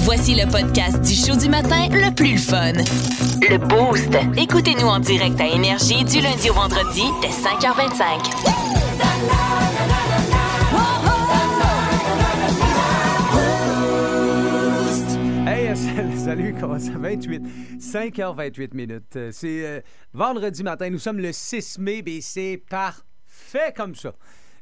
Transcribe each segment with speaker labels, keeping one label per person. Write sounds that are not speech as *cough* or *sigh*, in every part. Speaker 1: Voici le podcast du show du matin le plus le fun. Le Boost. Écoutez-nous en direct à Énergie du lundi au vendredi dès 5h25.
Speaker 2: Hey, *laughs* euh, salut, salut, comment ça 28, 5h28 minutes. Euh, C'est euh, vendredi matin, nous sommes le 6 mai, mais c'est parfait comme ça.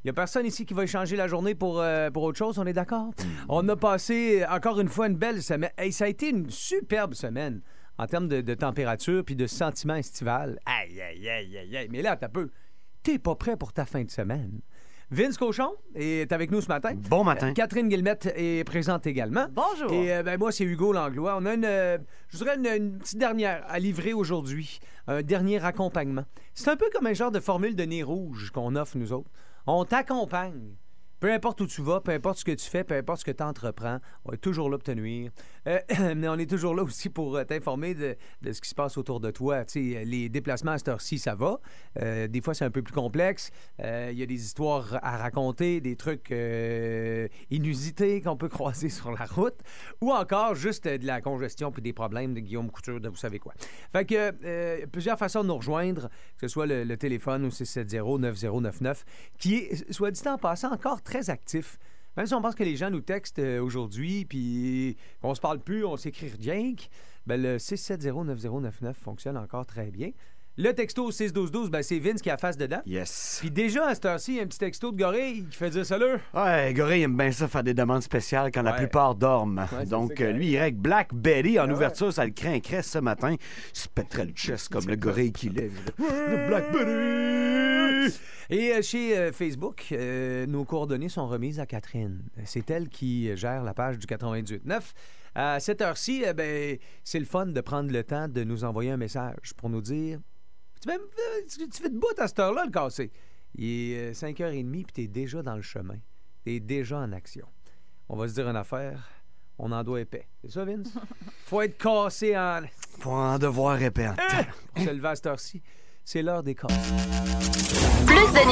Speaker 2: Il n'y a personne ici qui va échanger la journée pour, euh, pour autre chose, on est d'accord? On a passé euh, encore une fois une belle semaine. Hey, ça a été une superbe semaine en termes de, de température puis de sentiment estival. Aïe, aïe, aïe, aïe, aïe. Mais là, t'as peu. T'es pas prêt pour ta fin de semaine. Vince Cochon est avec nous ce matin.
Speaker 3: Bon matin.
Speaker 2: Euh, Catherine Guillemette est présente également.
Speaker 4: Bonjour.
Speaker 2: Et euh, ben, moi, c'est Hugo Langlois. On a une, euh, je dirais une, une petite dernière à livrer aujourd'hui, un dernier accompagnement. C'est un peu comme un genre de formule de nez rouge qu'on offre nous autres. On t'accompagne. Peu importe où tu vas, peu importe ce que tu fais, peu importe ce que tu entreprends, on est toujours là pour te nuire. Euh, *clears throat* mais on est toujours là aussi pour euh, t'informer de, de ce qui se passe autour de toi. Tu sais, les déplacements à cette heure-ci, ça va. Euh, des fois, c'est un peu plus complexe. Euh, Il y a des histoires à raconter, des trucs euh, inusités qu'on peut *laughs* croiser sur la route, ou encore juste euh, de la congestion puis des problèmes de Guillaume Couture, de vous savez quoi. Fait que euh, plusieurs façons de nous rejoindre, que ce soit le, le téléphone au 670-9099, qui est, soit dit en passant, encore très actif. Même si on pense que les gens nous textent euh, aujourd'hui, puis qu'on se parle plus, on s'écrit rien, que, ben le 670-9099 fonctionne encore très bien. Le texto au 612-12, ben c'est Vince qui a la face dedans.
Speaker 3: Yes.
Speaker 2: Puis déjà, à cette heure-ci, il y a un petit texto de Gorille qui fait dire salut.
Speaker 3: Ouais, Goré aime bien ça faire des demandes spéciales quand la
Speaker 2: Ouais.
Speaker 3: plupart dorment.
Speaker 2: c'est- c'est
Speaker 3: Donc, euh,
Speaker 2: correct.
Speaker 3: lui, il règle Black Betty en
Speaker 2: ouais.
Speaker 3: ouverture, ça le craint cresse ce matin. Il se pèterait le chest comme le gorille qu'il est. Le Black Betty!
Speaker 2: Et euh, chez euh, Facebook, euh, nos coordonnées sont remises à Catherine. C'est elle qui euh, gère la page du 98.9. À cette heure-ci, eh ben, c'est le fun de prendre le temps de nous envoyer un message pour nous dire Tu, fais- euh, tu- tu fais de bout à cette heure-là, le cassé. Il est euh, 5h30 puis t'es déjà dans le chemin. T'es déjà en action. On va se dire une affaire. On en doit épais. C'est ça,
Speaker 3: *laughs*
Speaker 2: Vince? Faut être cassé en. Hein?
Speaker 3: Faut en devoir épais en temps.
Speaker 2: pour se lever à cette heure-ci. C'est l'heure des casses.
Speaker 1: Plus de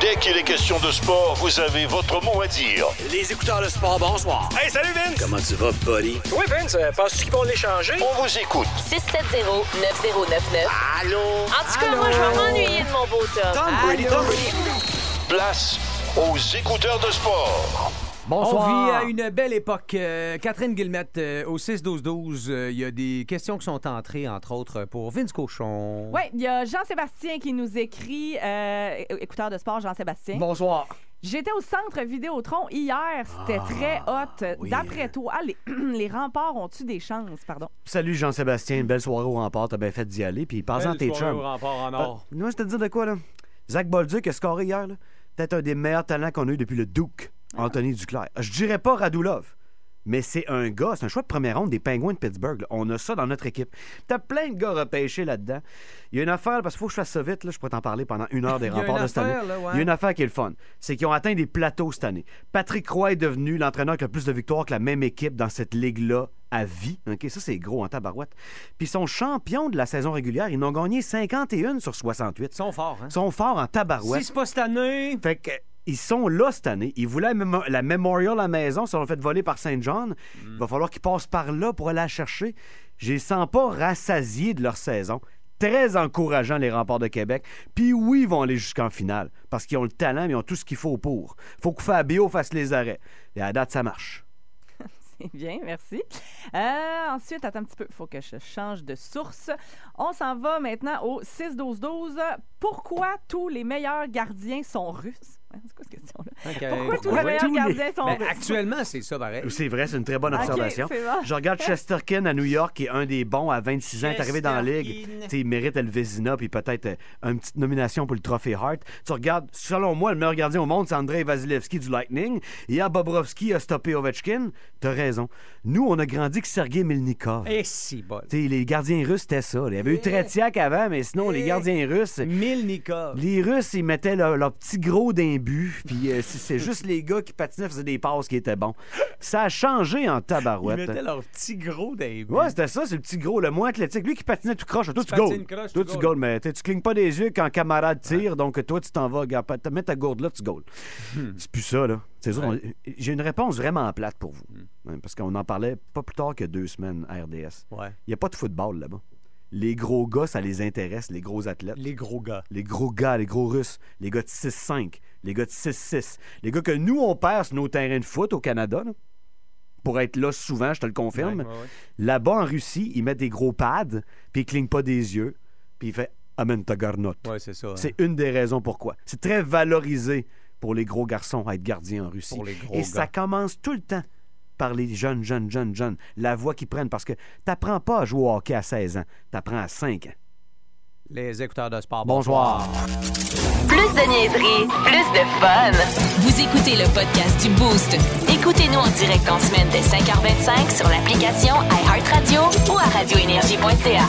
Speaker 5: Dès qu'il est question de sport, vous avez votre mot à dire.
Speaker 6: Les écouteurs de sport, bonsoir.
Speaker 5: Hey, salut Vince!
Speaker 6: Comment tu vas, buddy?
Speaker 7: Oui, Vince, euh, penses-tu qu'ils vont l'échanger?
Speaker 5: On vous écoute.
Speaker 1: 670-9099.
Speaker 6: Allô?
Speaker 1: En tout cas, moi, je vais m'ennuyer de mon beau top.
Speaker 3: Tom Brady, Tom Brady.
Speaker 5: Place aux écouteurs de sport.
Speaker 3: Bonsoir.
Speaker 2: On vit à une belle époque. Euh, Catherine Guillemette, euh, au 6-12-12, euh, il y a des questions qui sont entrées, entre autres, euh, pour Vince Cochon.
Speaker 4: Oui, il y a Jean-Sébastien qui nous écrit, euh, écouteur de sport Jean-Sébastien.
Speaker 3: Bonsoir.
Speaker 4: J'étais au centre Vidéotron hier, c'était très hot.
Speaker 3: oui.
Speaker 4: D'après toi, ah, les, *clears throat* les remparts ont-tu des chances? Pardon. *laughs*
Speaker 3: Salut Jean-Sébastien, une belle soirée au rempart, t'as bien fait d'y aller, puis passe en tes chums. Ah, moi, je te dis de quoi, là? Zach Bolduc a scoré hier, là. Peut-être un des meilleurs talents qu'on a eu depuis le Duke, Anthony Duclair. Je dirais pas Radulov, mais c'est un gars, c'est un choix de première ronde des Penguins de Pittsburgh. là. On a ça dans notre équipe. T'as plein de gars repêchés là-dedans. Il y a une affaire, parce qu'il faut que je fasse ça vite, là, je pourrais t'en parler pendant une heure des
Speaker 2: y a
Speaker 3: remparts
Speaker 2: une
Speaker 3: de cette année.
Speaker 2: affaire, là, ouais.
Speaker 3: Il y a une affaire qui est le fun, c'est qu'ils ont atteint des plateaux cette année. Patrick Roy est devenu l'entraîneur qui a le plus de victoires que la même équipe dans cette ligue-là à vie. OK, ça, c'est gros en tabarouette. Puis ils sont champions de la saison régulière. Ils n'ont gagné 51 sur 68.
Speaker 2: Ils sont forts, hein?
Speaker 3: Ils sont forts en tabarouette.
Speaker 2: Si c'est pas cette année,
Speaker 3: Fait que, euh, ils sont là cette année. Ils voulaient la, mémo- la Memorial à la maison. Ils se l'ont fait voler par Saint John.
Speaker 2: Hmm.
Speaker 3: Il va falloir qu'ils passent par là pour aller la chercher. Je les sens pas rassasiés de leur saison. Très encourageant, les remparts de Québec. Puis oui, ils vont aller jusqu'en finale. Parce qu'ils ont le talent, mais ils ont tout ce qu'il faut pour. faut que Fabio fasse les arrêts. Et à date, ça marche.
Speaker 4: C'est bien, merci. Euh, ensuite, attends un petit peu, il faut que je change de source. On s'en va maintenant au 6-12-12. Pourquoi tous les meilleurs gardiens sont russes? *laughs* Hein, C'est quoi cette question-là? Pourquoi, tous les meilleurs
Speaker 3: tous les-
Speaker 4: gardiens sont
Speaker 2: Ben,
Speaker 4: russes?
Speaker 2: actuellement, c'est ça, pareil.
Speaker 3: C'est vrai, c'est une très bonne
Speaker 4: Ok,
Speaker 3: observation.
Speaker 4: c'est bon.
Speaker 3: Je regarde Chesterkin à New York, qui est un des bons à 26 ans, est arrivé dans la ligue. Tu sais, il mérite Elvezina, puis peut-être euh, une petite nomination pour le trophée Hart. Tu regardes, selon moi, le meilleur gardien au monde, c'est Andrei Vasilevski du Lightning. Hier, Bobrovski a stoppé Ovechkin. T'as raison. Nous, on a grandi que Sergei Milnikov.
Speaker 2: Et Eh, si bol. Eh.
Speaker 3: Tu sais, les gardiens russes, c'était ça. Il y avait eu Tretiak avant, mais sinon, les gardiens russes.
Speaker 2: Milnikov.
Speaker 3: Les Russes, ils mettaient leur, leur petit gros d'un but. Puis euh, c'est- c'est juste les gars qui patinaient, faisaient des passes qui étaient bons. Ça a changé en
Speaker 2: Ils
Speaker 3: tabarouette.
Speaker 2: mettaient leur petit gros des
Speaker 3: Ouais, c'était ça, c'est le petit gros, le moins athlétique. Lui qui patinait tout croche. Toi, tu
Speaker 2: patines
Speaker 3: goal.
Speaker 2: croche,
Speaker 3: Toi,
Speaker 2: tu
Speaker 3: tu
Speaker 2: goal.
Speaker 3: goal, mais t'sais, tu clignes pas des yeux quand camarade tire. Donc, toi, tu t'en vas, gars, pat- mets ta gourde là, tu goal.
Speaker 2: Hmm.
Speaker 3: C'est plus ça, là. C'est sûr, on- J'ai une réponse vraiment plate pour vous.
Speaker 2: Hmm.
Speaker 3: Ouais, Parce qu'on en parlait pas plus tard que deux semaines à RDS.
Speaker 2: Ouais.
Speaker 3: Il n'y a pas de football là-bas. Les gros gars, ça les intéresse, les gros athlètes.
Speaker 2: Les gros gars.
Speaker 3: Les gros gars, les gros russes, les gars de 6-5, les gars de 6-6, les gars que nous, on perd sur nos terrains de foot au Canada, là, pour être là souvent, je te le confirme.
Speaker 2: Ouais, ouais, ouais.
Speaker 3: Là-bas, en Russie, ils mettent des gros pads, puis ils clignent pas des yeux, puis ils font Amen ta garnotte.
Speaker 2: Ouais, c'est ça. hein.
Speaker 3: C'est une des raisons pourquoi. C'est très valorisé pour les gros garçons à être gardien en Russie.
Speaker 2: Pour les gros
Speaker 3: Et ça
Speaker 2: gars.
Speaker 3: commence tout le temps par les jeunes, jeunes, jeunes, jeunes. La voix qu'ils prennent, parce que t'apprends pas à jouer au hockey à 16 ans, t'apprends à 5 ans.
Speaker 2: Les écouteurs de sport.
Speaker 3: Bonsoir.
Speaker 1: Plus de niaiserie, plus de fun. Vous écoutez le podcast du Boost. Écoutez-nous en direct en semaine dès 5h25 sur l'application iHeartRadio ou à radioénergie.ca.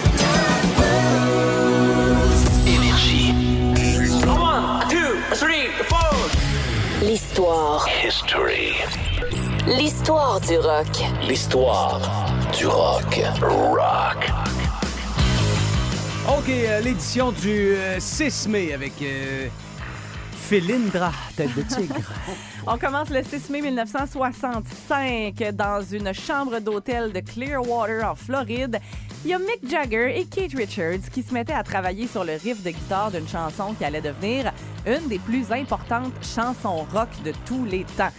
Speaker 8: L'histoire.
Speaker 5: History.
Speaker 8: L'histoire du rock.
Speaker 6: L'histoire du rock.
Speaker 5: Rock.
Speaker 2: OK, euh, l'édition du euh, 6 mai avec euh, Félindra, tête de tigre.
Speaker 4: On commence le 6 mai 1965 dans une chambre d'hôtel de Clearwater en Floride. Il y a Mick Jagger et Keith Richards qui se mettaient à travailler sur le riff de guitare d'une chanson qui allait devenir une des plus importantes chansons rock de tous les temps.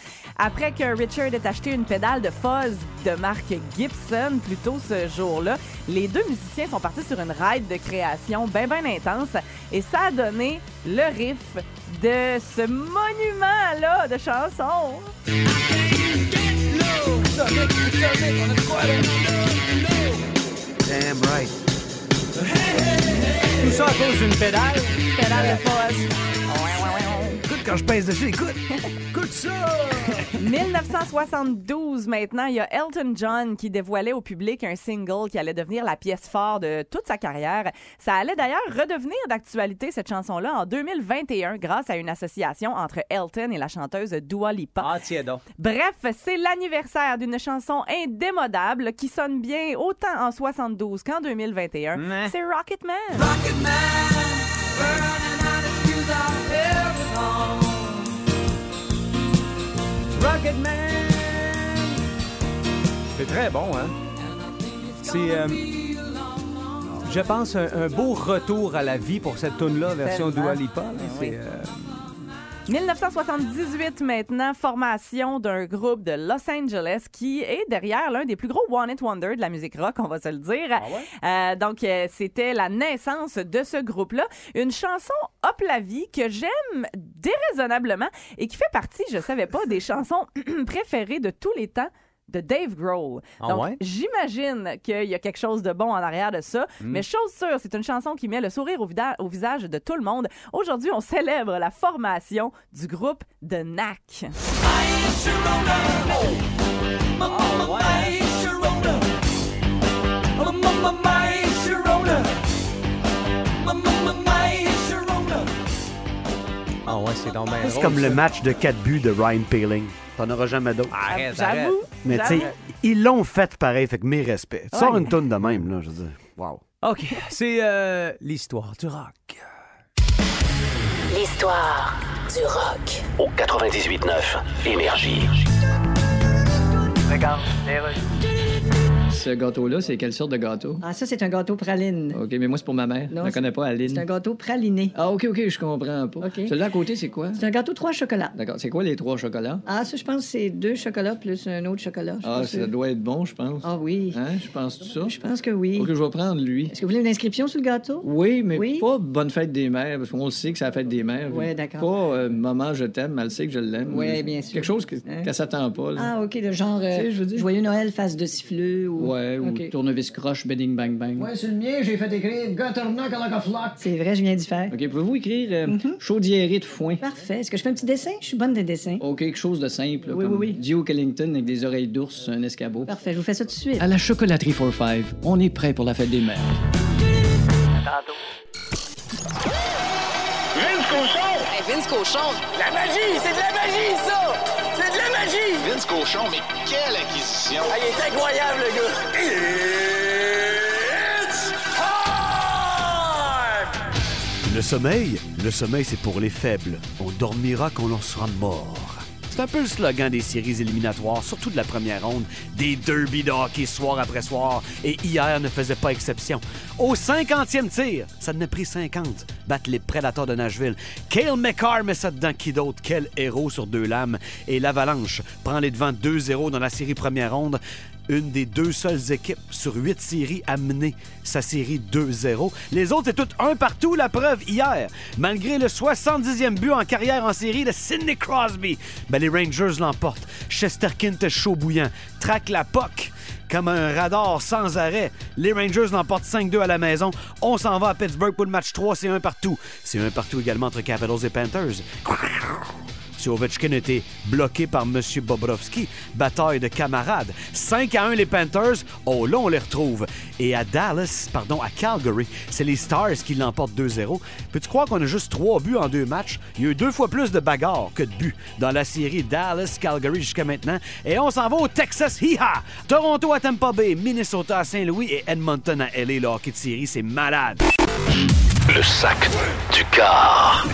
Speaker 4: Après que Richard ait acheté une pédale de fuzz de marque Gibson plus tôt ce jour-là, les deux musiciens sont partis sur une ride de création bien, bien intense et ça a donné le riff de ce monument-là de chansons.
Speaker 3: *laughs* Damn right.
Speaker 2: Tout ça à cause d'une pédale.
Speaker 4: Pédale de fuzz.
Speaker 3: Écoute, quand je pèse dessus, écoute. écoute ça.
Speaker 4: 1972 maintenant, il y a Elton John qui dévoilait au public un single qui allait devenir la pièce phare de toute sa carrière. Ça allait d'ailleurs redevenir d'actualité cette chanson-là en 2021 grâce à une association entre Elton et la chanteuse Dua Lipa.
Speaker 2: Ah, tiens donc.
Speaker 4: Bref, c'est l'anniversaire d'une chanson indémodable qui sonne bien autant en 72 qu'en 2021.
Speaker 2: Ouais.
Speaker 4: C'est Rocketman.
Speaker 2: Rocketman. C'est très bon, hein? C'est, euh, je pense, un, un beau retour à la vie pour cette tune-là, version
Speaker 4: Tellement.
Speaker 2: Dua Lipa.
Speaker 3: Ben
Speaker 2: là. C'est, euh,
Speaker 4: 1978 maintenant, formation d'un groupe de Los Angeles qui est derrière l'un des plus gros One It Wonder de la musique rock, on va se le dire.
Speaker 2: Ah
Speaker 4: Euh, donc, euh, c'était la naissance de ce groupe-là. Une chanson Hop la vie que j'aime déraisonnablement et qui fait partie, je savais pas, des chansons *clears throat* préférées de tous les temps de Dave Grohl.
Speaker 2: Ah
Speaker 4: Donc,
Speaker 2: ouais?
Speaker 4: j'imagine qu'il y a quelque chose de bon en arrière de ça, mais chose sûre, c'est une chanson qui met le sourire au, vida- au visage de tout le monde. Aujourd'hui, on célèbre la formation du groupe de NAC.
Speaker 2: Ah ouais, c'est dans
Speaker 3: C'est comme le match de 4 buts de Ryan Peeling. T'en auras jamais d'autres.
Speaker 2: Ah, Arrête, arrête.
Speaker 4: J'avoue.
Speaker 3: Mais tu sais,
Speaker 4: j'avoue.
Speaker 3: ils l'ont fait pareil, fait que mes respects. Tu Sors
Speaker 4: Ouais.
Speaker 3: une toune de même, là, je veux dire. Wow.
Speaker 2: OK, c'est euh, l'histoire du rock.
Speaker 8: L'histoire du rock.
Speaker 6: Au 98.9 Énergie.
Speaker 9: Ce gâteau-là, c'est quelle sorte de gâteau?
Speaker 10: Ah, ça, c'est un gâteau praline.
Speaker 4: Oh,
Speaker 9: OK, mais moi, c'est pour ma mère.
Speaker 10: Non,
Speaker 9: je la connais pas,
Speaker 10: C'est un
Speaker 9: Aline.
Speaker 10: gâteau praliné.
Speaker 9: Ah, OK, OK, je comprends pas.
Speaker 10: OK.
Speaker 9: Celui-là à côté, c'est quoi?
Speaker 10: C'est un gâteau trois chocolats.
Speaker 9: D'accord. C'est quoi les trois chocolats?
Speaker 10: Ah, ça, je pense que c'est deux chocolats plus un autre chocolat. je
Speaker 9: Ah,
Speaker 10: suis sûre.
Speaker 9: ça doit être bon, je pense.
Speaker 10: Ah oui.
Speaker 9: Hein? Je pense tout ça.
Speaker 10: Je pense que oui.
Speaker 9: OK, je vais prendre lui.
Speaker 10: Est-ce que vous voulez une inscription sur le gâteau?
Speaker 9: Oui, mais
Speaker 10: Oui?
Speaker 9: pas bonne fête des mères, parce qu'on le sait que c'est la fête des mères.
Speaker 10: Ouais, d'accord.
Speaker 9: Pas euh, maman, je t'aime, mais elle sait que je l'aime.
Speaker 10: Ouais, bien sûr.
Speaker 9: Quelque chose que-
Speaker 10: Hein?
Speaker 9: qu'elle s'attend pas. là.
Speaker 10: Ah, OK, le genre euh,
Speaker 9: Tu sais, je veux dire-
Speaker 10: Joyeux Noël, face de siffleux ou...
Speaker 9: Ouais, ou
Speaker 10: OK.
Speaker 9: tournevis croche, bedding bang bang.
Speaker 7: c'est le mien, j'ai fait écrire Gutternock à la flock.
Speaker 10: C'est vrai, je viens d'y faire. Mhm.
Speaker 9: OK, pouvez-vous écrire euh, chaudiérée de foin?
Speaker 10: Parfait. Est-ce que je fais un petit dessin? Je suis bonne des dessins.
Speaker 9: OK, Oh, quelque chose de simple, là,
Speaker 10: Oui,
Speaker 9: comme
Speaker 10: oui, oui.
Speaker 9: Dio Kellington avec des oreilles d'ours, un escabeau.
Speaker 10: Parfait, je vous fais ça tout de suite.
Speaker 9: À la chocolaterie 4-5, on est prêt pour la fête des mères.
Speaker 5: Vince Cochon!
Speaker 8: Hey,
Speaker 11: Vince Cochon. La magie! C'est de la magie, ça! C'est de la magie!
Speaker 5: Vince Cochon, mais quelle acquisition!
Speaker 11: Ah, il est incroyable, le gars! It's time!
Speaker 3: Le sommeil, le sommeil, c'est pour les faibles. On dormira quand on sera mort. C'est un peu le slogan des séries éliminatoires, surtout de la première ronde, des derbies de hockey soir après soir, et hier ne faisait pas exception. Au 50e tir, ça n'a pris 50, battre les prédateurs de Nashville. Kale McCarr met ça dedans qui d'autre, quel héros sur deux lames, et l'Avalanche prend les devants 2-0 dans la série première ronde une des deux seules équipes sur huit séries à mener sa série 2-0. Les autres, c'est toutes un partout, la preuve hier. Malgré le 70e but en carrière en série de Sidney Crosby, ben les Rangers l'emportent. Chesterkin est chaud bouillant, traque la POC comme un radar sans arrêt. Les Rangers l'emportent 5-2 à la maison. On s'en va à Pittsburgh pour le match 3, c'est un partout. C'est un partout également entre Capitals et Panthers. Si Ovechkin était bloqué par M. Bobrovski, bataille de camarades. 5 à 1 les Panthers, oh là on les retrouve. Et à Dallas, pardon, à Calgary, c'est les Stars qui l'emportent 2-0. Peux-tu croire qu'on a juste 3 buts en deux matchs? Il y a eu deux fois plus de bagarres que de buts dans la série Dallas-Calgary jusqu'à maintenant. Et on s'en va au Texas, hi-ha! Toronto à Tampa Bay, Minnesota à Saint-Louis et Edmonton à LA, le hockey de série, c'est malade.
Speaker 6: Le sac du car.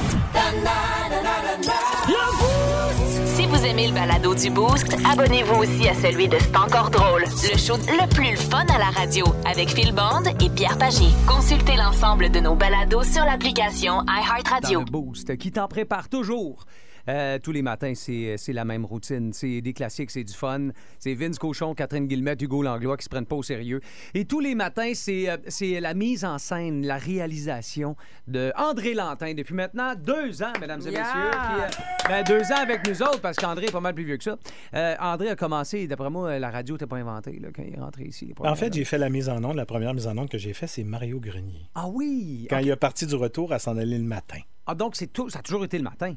Speaker 1: Si vous aimez le balado du Boost, abonnez-vous aussi à celui de C'est encore drôle, le show le plus le fun à la radio avec Phil Bond et Pierre Pagé. Consultez l'ensemble de nos balados sur l'application iHeartRadio.
Speaker 2: Dans le Boost, qui t'en prépare toujours. Euh, tous les matins, c'est c'est la même routine. C'est des classiques, c'est du fun. C'est Vince Cochon, Catherine Guillemette, Hugo Langlois qui se prennent pas au sérieux. Et tous les matins, c'est euh, c'est la mise en scène, la réalisation de André Lantin depuis maintenant deux ans, mesdames et
Speaker 4: Yeah!
Speaker 2: messieurs. Puis, euh, ben, deux ans avec nous autres parce qu'André est pas mal plus vieux que ça. Euh, André a commencé, d'après moi, euh, la radio n'était pas inventée là, quand il est rentré ici. les
Speaker 12: En
Speaker 2: premières
Speaker 12: fait, j'ai fait la mise en onde. La première mise en onde que j'ai faite, c'est Mario Grenier.
Speaker 2: Ah oui!
Speaker 12: Quand il est parti du retour à s'en aller le matin.
Speaker 2: Ah, donc c'est tout, ça a toujours été le matin.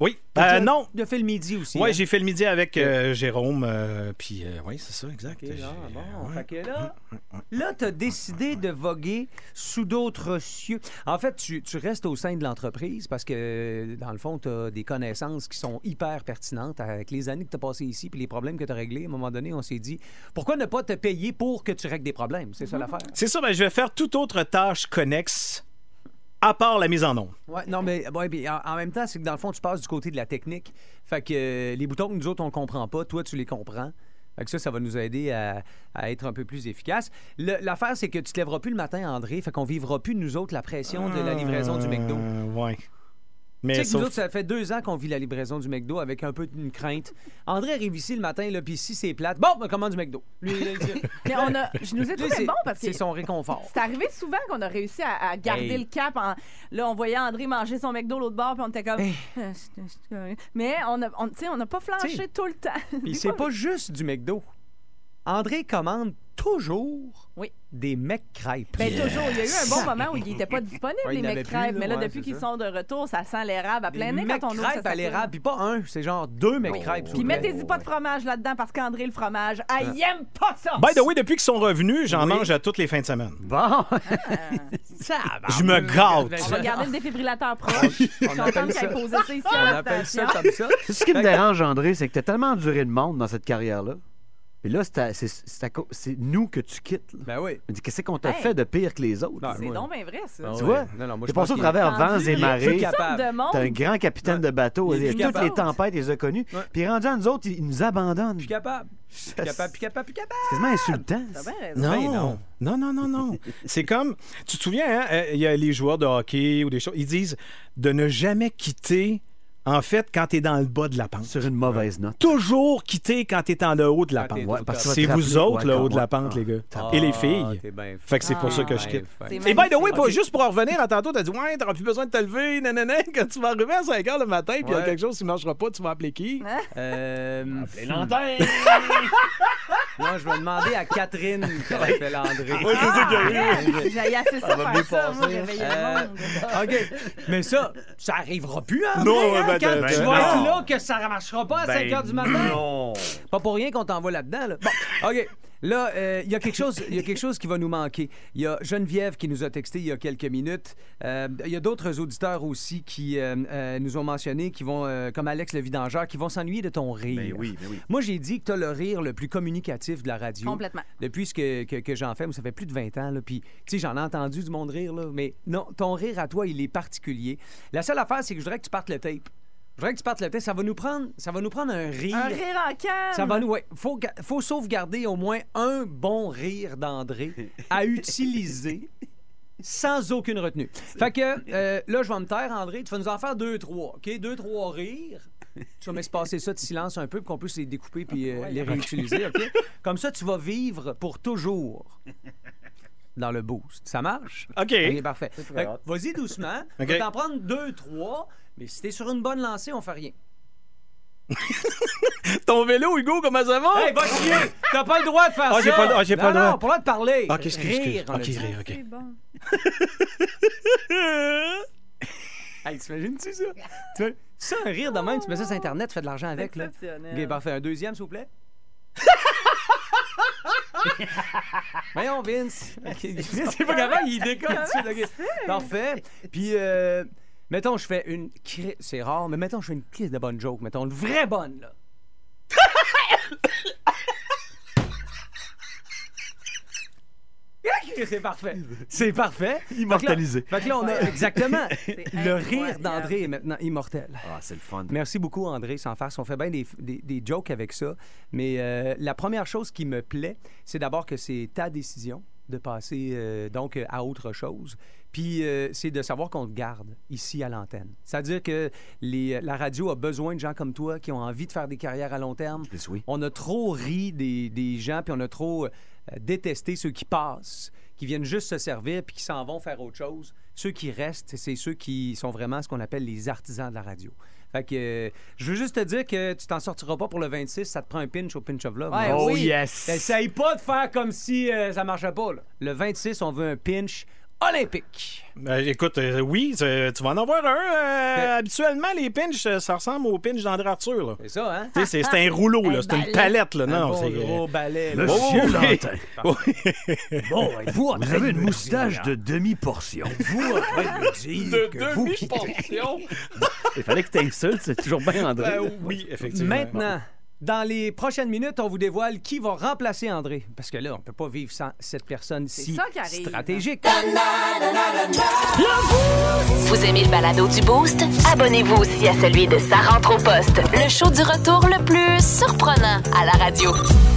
Speaker 12: Oui.
Speaker 2: T'as
Speaker 12: Euh,
Speaker 2: déjà-
Speaker 12: non.
Speaker 2: t'as fait le midi aussi.
Speaker 12: Oui,
Speaker 2: hein?
Speaker 12: j'ai fait le midi avec euh, Jérôme. euh, puis, euh, oui, c'est ça, exact.
Speaker 2: Ok, là,
Speaker 12: J'ai-
Speaker 2: bon, fait que là, là tu as décidé de voguer sous d'autres cieux. En fait, tu, tu restes au sein de l'entreprise parce que, dans le fond, tu as des connaissances qui sont hyper pertinentes avec les années que tu as passées ici puis les problèmes que tu as réglés. À un moment donné, on s'est dit, pourquoi ne pas te payer pour que tu règles des problèmes? C'est ça l'affaire.
Speaker 12: C'est ça, ben, je vais faire toute autre tâche connexe à part la mise en onde.
Speaker 2: Ouais, non, mais ouais, puis en, en même temps, c'est que dans le fond, tu passes du côté de la technique. Fait que euh, les boutons que nous autres, on comprend pas, toi, tu les comprends. Fait que ça, ça va nous aider à, à être un peu plus efficace. L'affaire, c'est que tu te lèveras plus le matin, André. Fait qu'on vivra plus, nous autres, la pression de la livraison du McDo.
Speaker 12: Euh, ouais.
Speaker 2: tu sais
Speaker 12: Mais
Speaker 2: que nous
Speaker 12: sauf...
Speaker 2: autres, ça fait deux ans qu'on vit la livraison du McDo avec un peu une crainte. André arrive ici le matin, là, puis si c'est plate, bon, on commande du McDo. Lui, là, il dit-
Speaker 4: Mais on a- je nous ai
Speaker 2: Lui,
Speaker 4: trouvé
Speaker 2: c'est-
Speaker 4: bon parce que-
Speaker 2: C'est son réconfort.
Speaker 4: C'est arrivé souvent qu'on a réussi à, à garder
Speaker 2: Hey.
Speaker 4: le cap. en- Là, on voyait André manger son McDo l'autre bord, puis on était comme. Euh, *laughs* c'est- c'est- Mais on a- on, tu sais, on n'a pas flanché
Speaker 2: T'sais.
Speaker 4: tout le temps.
Speaker 2: Puis c'est pas juste du McDo. André commande toujours
Speaker 4: Oui.
Speaker 2: des mecs crêpes.
Speaker 4: Ben, toujours. Il y a eu un bon moment où il n'était pas disponible,
Speaker 2: euh, Ouais, il
Speaker 4: les
Speaker 2: n'avait
Speaker 4: mecs
Speaker 2: plus,
Speaker 4: crêpes.
Speaker 2: là,
Speaker 4: Mais là,
Speaker 2: ouais,
Speaker 4: depuis
Speaker 2: c'est
Speaker 4: qu'ils
Speaker 2: ça.
Speaker 4: sont de retour, ça sent l'érable à
Speaker 2: Des
Speaker 4: plein nez
Speaker 2: mecs
Speaker 4: quand on ouvre
Speaker 2: crêpes
Speaker 4: ça.
Speaker 2: à l'érable, puis pas un, c'est genre deux mecs crêpes. s'il
Speaker 4: Puis
Speaker 2: vous plaît.
Speaker 4: mettez-y pas de fromage là-dedans parce qu'André, le fromage, ah, il aime pas ça.
Speaker 12: By the way, depuis qu'ils sont revenus, j'en mange à toutes les fins de semaine.
Speaker 3: Bon.
Speaker 12: je
Speaker 2: Ah,
Speaker 12: me
Speaker 4: On
Speaker 2: ben,
Speaker 12: gâte.
Speaker 4: va garder le défibrillateur proche. Je suis
Speaker 12: on appelle
Speaker 4: contente qu'il ait
Speaker 12: ça-
Speaker 4: posé ça ici.
Speaker 12: on
Speaker 4: à la
Speaker 12: appelle ça
Speaker 4: station.
Speaker 12: comme
Speaker 2: ça.
Speaker 3: *laughs* Ce qui me dérange, André, c'est que t'as tellement enduré le monde dans cette carrière-là. Puis là, c'est à- c'est- c'est à cau- c'est nous que tu quittes. là.
Speaker 2: Ben oui.
Speaker 3: Je me dis, Qu'est-ce qu'on t'a
Speaker 4: Hey.
Speaker 3: fait de pire que les autres?
Speaker 4: C'est donc bien vrai, ça.
Speaker 12: Ah
Speaker 3: Tu vois? T'es passé au travers vents et
Speaker 4: Endurer
Speaker 3: marées.
Speaker 4: toutes sortes de monde.
Speaker 3: T'es un grand capitaine de bateau.
Speaker 2: Il est plus
Speaker 3: Toutes les
Speaker 2: capable.
Speaker 3: tempêtes, il les a connues. Puis rendu à nous autres, il il nous abandonne.
Speaker 2: Plus capable. Plus capable, plus capable, plus capable.
Speaker 3: C'est quasiment insultant.
Speaker 4: T'as bien raison.
Speaker 12: Non.
Speaker 4: Ben
Speaker 12: non. Non, non, non, C'est comme, tu te souviens, hein, euh, il y a les joueurs de hockey ou des choses, ils disent de ne jamais quitter, en fait, quand tu es dans le bas de la pente.
Speaker 3: Sur une mauvaise note.
Speaker 12: Toujours quitter quand tu es dans le haut de la
Speaker 3: Quand t'es
Speaker 12: pente.
Speaker 3: au Ouais, parce que top. tu
Speaker 12: c'est
Speaker 3: vas te
Speaker 12: vous
Speaker 3: rappeler,
Speaker 12: autres,
Speaker 3: ouais,
Speaker 12: le haut
Speaker 3: quand-
Speaker 12: de la pente, les gars.
Speaker 3: Ah,
Speaker 12: Et les
Speaker 3: t'es
Speaker 12: filles.
Speaker 2: bien fin.
Speaker 12: Fait que c'est pour ça que je
Speaker 2: Ah,
Speaker 12: quitte.
Speaker 2: ben fin.
Speaker 12: Et by the way, pas juste pour en revenir à tantôt, t'as dit Ouais, t'auras plus besoin de te lever, nanana, *laughs* quand tu vas arriver à 5 h le matin, puis il y a
Speaker 2: Ouais.
Speaker 12: quelque chose qui ne marchera pas, tu vas appeler qui
Speaker 2: Euh, Appelez
Speaker 12: Landin.
Speaker 2: Moi, je vais demander
Speaker 12: *laughs*
Speaker 2: à Catherine qui appelle André.
Speaker 12: Ouais, c'est ça qu'il y a eu.
Speaker 4: Ah, J'ai assez ça,
Speaker 2: Ça va
Speaker 4: faire
Speaker 2: mieux
Speaker 4: ça, moi,
Speaker 2: passer.
Speaker 4: réveiller
Speaker 2: Euh,
Speaker 4: le monde.
Speaker 2: OK. Mais ça, ça arrivera plus, André.
Speaker 12: Non,
Speaker 2: hein,
Speaker 12: ben,
Speaker 2: quand
Speaker 12: ben,
Speaker 2: tu
Speaker 12: ben,
Speaker 2: vas être
Speaker 12: non.
Speaker 2: là, que ça ne marchera pas à
Speaker 12: Ben,
Speaker 2: 5 h du matin. *laughs*
Speaker 12: non.
Speaker 2: Pas pour rien qu'on t'envoie là-dedans. là. Bon, OK. Là, euh, il y a quelque chose, il y a quelque chose qui va nous manquer. Il y a Geneviève qui nous a texté il y a quelques minutes. Euh, il y a d'autres auditeurs aussi qui euh, euh, nous ont mentionné, qui vont, euh, comme Alex le Vidangeur, qui vont s'ennuyer de ton rire.
Speaker 3: oui, ben oui.
Speaker 2: Moi, j'ai dit que tu as le rire le plus communicatif de la radio.
Speaker 4: Complètement.
Speaker 2: Depuis ce que, que, que j'en fais, moi, ça fait plus de 20 ans. là, Puis, tu sais, j'en ai entendu du monde rire, là. Mais non, ton rire à toi, il est particulier. La seule affaire, c'est que je voudrais que tu partes le tape. Je voudrais que tu partes le tape. Ça va nous prendre, ça va nous prendre un rire.
Speaker 4: Un rire en canne.
Speaker 2: Ça va nous. Ouais. Faut, ga- faut sauvegarder au moins un bon rire d'André
Speaker 12: *laughs*
Speaker 2: à utiliser sans aucune retenue. Fait que euh, là, je vais me taire, André. Tu vas nous en faire deux, trois. OK? Deux, trois rires. Tu vas m'espacer ça de silence un peu pour qu'on puisse les découper puis euh, les réutiliser. OK? Comme ça, tu vas vivre pour toujours dans le boost. Ça marche?
Speaker 12: OK.
Speaker 2: parfait.
Speaker 12: C'est très
Speaker 2: Fait que
Speaker 12: hot.
Speaker 2: Vas-y doucement. On
Speaker 12: OK.
Speaker 2: va t'en prendre deux, trois. Mais si t'es sur une bonne lancée, on fait rien.
Speaker 12: Ton vélo, Hugo, comment ça va?
Speaker 2: Hey, va chier! T'as pas le droit de faire
Speaker 12: Ah,
Speaker 2: ça!
Speaker 12: j'ai pas le- ah, j'ai
Speaker 2: non,
Speaker 12: pas le droit.
Speaker 2: Non, pas le droit de parler.
Speaker 12: Ok, excuse, excuse.
Speaker 2: Rire, on a
Speaker 12: Ok,
Speaker 2: dit.
Speaker 12: rire, ok.
Speaker 4: bon.
Speaker 2: Hey, t'imagines-tu ça? *laughs* tu vois, ça, un rire de même, tu mets ça sur Internet, tu fais de l'argent avec, là.
Speaker 4: Exceptionnel.
Speaker 2: Ok, parfait. Un deuxième, s'il
Speaker 4: *laughs*
Speaker 2: vous plaît. Voyons, Vince. Ok, Vince, c'est pas capable, il décolle tout de suite. ok. Parfait. Puis, euh, mettons, je fais une. cri- C'est rare, mais mettons, je fais une crise de bonne joke. Mettons, une vraie
Speaker 4: *laughs*
Speaker 2: bonne, là. C'est parfait. C'est parfait.
Speaker 3: Immortalisé.
Speaker 2: Fait que là, on a exactement.
Speaker 3: *laughs* C'est
Speaker 2: Le rire
Speaker 3: incroyable.
Speaker 2: d'André est maintenant immortel.
Speaker 3: Ah, c'est le fun.
Speaker 2: Merci beaucoup, André, sans farce. On fait bien des, des- des jokes avec ça. Mais euh, la première chose qui me plaît, c'est d'abord que c'est ta décision de passer euh, donc euh, à autre chose. Puis euh, c'est de savoir qu'on te garde ici à l'antenne. C'est-à-dire que les- euh, la radio a besoin de gens comme toi qui ont envie de faire des carrières à long terme. On a trop ri des, des gens, puis on a trop euh, détesté ceux qui passent, qui viennent juste se servir, puis qui s'en vont faire autre chose. Ceux qui restent, c'est ceux qui sont vraiment ce qu'on appelle les artisans de la radio. Fait que euh, je veux juste te dire que tu t'en sortiras pas pour le 26, ça te prend un pinch au pinch of love.
Speaker 12: Ouais,
Speaker 2: Mais-
Speaker 12: Oh oui. yes.
Speaker 2: Ben, Essaye pas de faire comme si euh, ça marchait pas. là. Le 26, on veut un pinch olympique.
Speaker 12: Ben, écoute, euh, oui, c'est- tu vas en avoir un. euh, Habituellement, les pinches, euh, ça ressemble aux pinches d'André Arthur. là.
Speaker 2: C'est ça, hein?
Speaker 12: *laughs* Tu sais, C'est c'est un rouleau, là. c'est une palette. Là. Non,
Speaker 2: Un bon
Speaker 12: c'est... euh,
Speaker 2: gros balai.
Speaker 12: Le
Speaker 2: là.
Speaker 12: chien
Speaker 2: Oh, oui.
Speaker 12: *laughs* Lantin.
Speaker 2: Bon, êtes-vous en
Speaker 3: Vous
Speaker 2: train
Speaker 3: avez
Speaker 2: de
Speaker 3: une
Speaker 2: me
Speaker 3: moustache
Speaker 2: dire-
Speaker 3: de demi-portion.
Speaker 2: Vous, en train de me dire que vous *laughs* qui-
Speaker 3: Il fallait que tu insultes, c'est toujours bien André. Euh,
Speaker 12: Ben oui, effectivement.
Speaker 2: Maintenant, dans les prochaines minutes, on vous dévoile qui va remplacer André. Parce que là, on ne peut pas vivre sans cette personne si
Speaker 1: ça qui arrive.
Speaker 2: stratégique.
Speaker 1: Vous aimez le balado du Boost? Abonnez-vous aussi à celui de Sa rentre au poste, le show du retour le plus surprenant à la radio.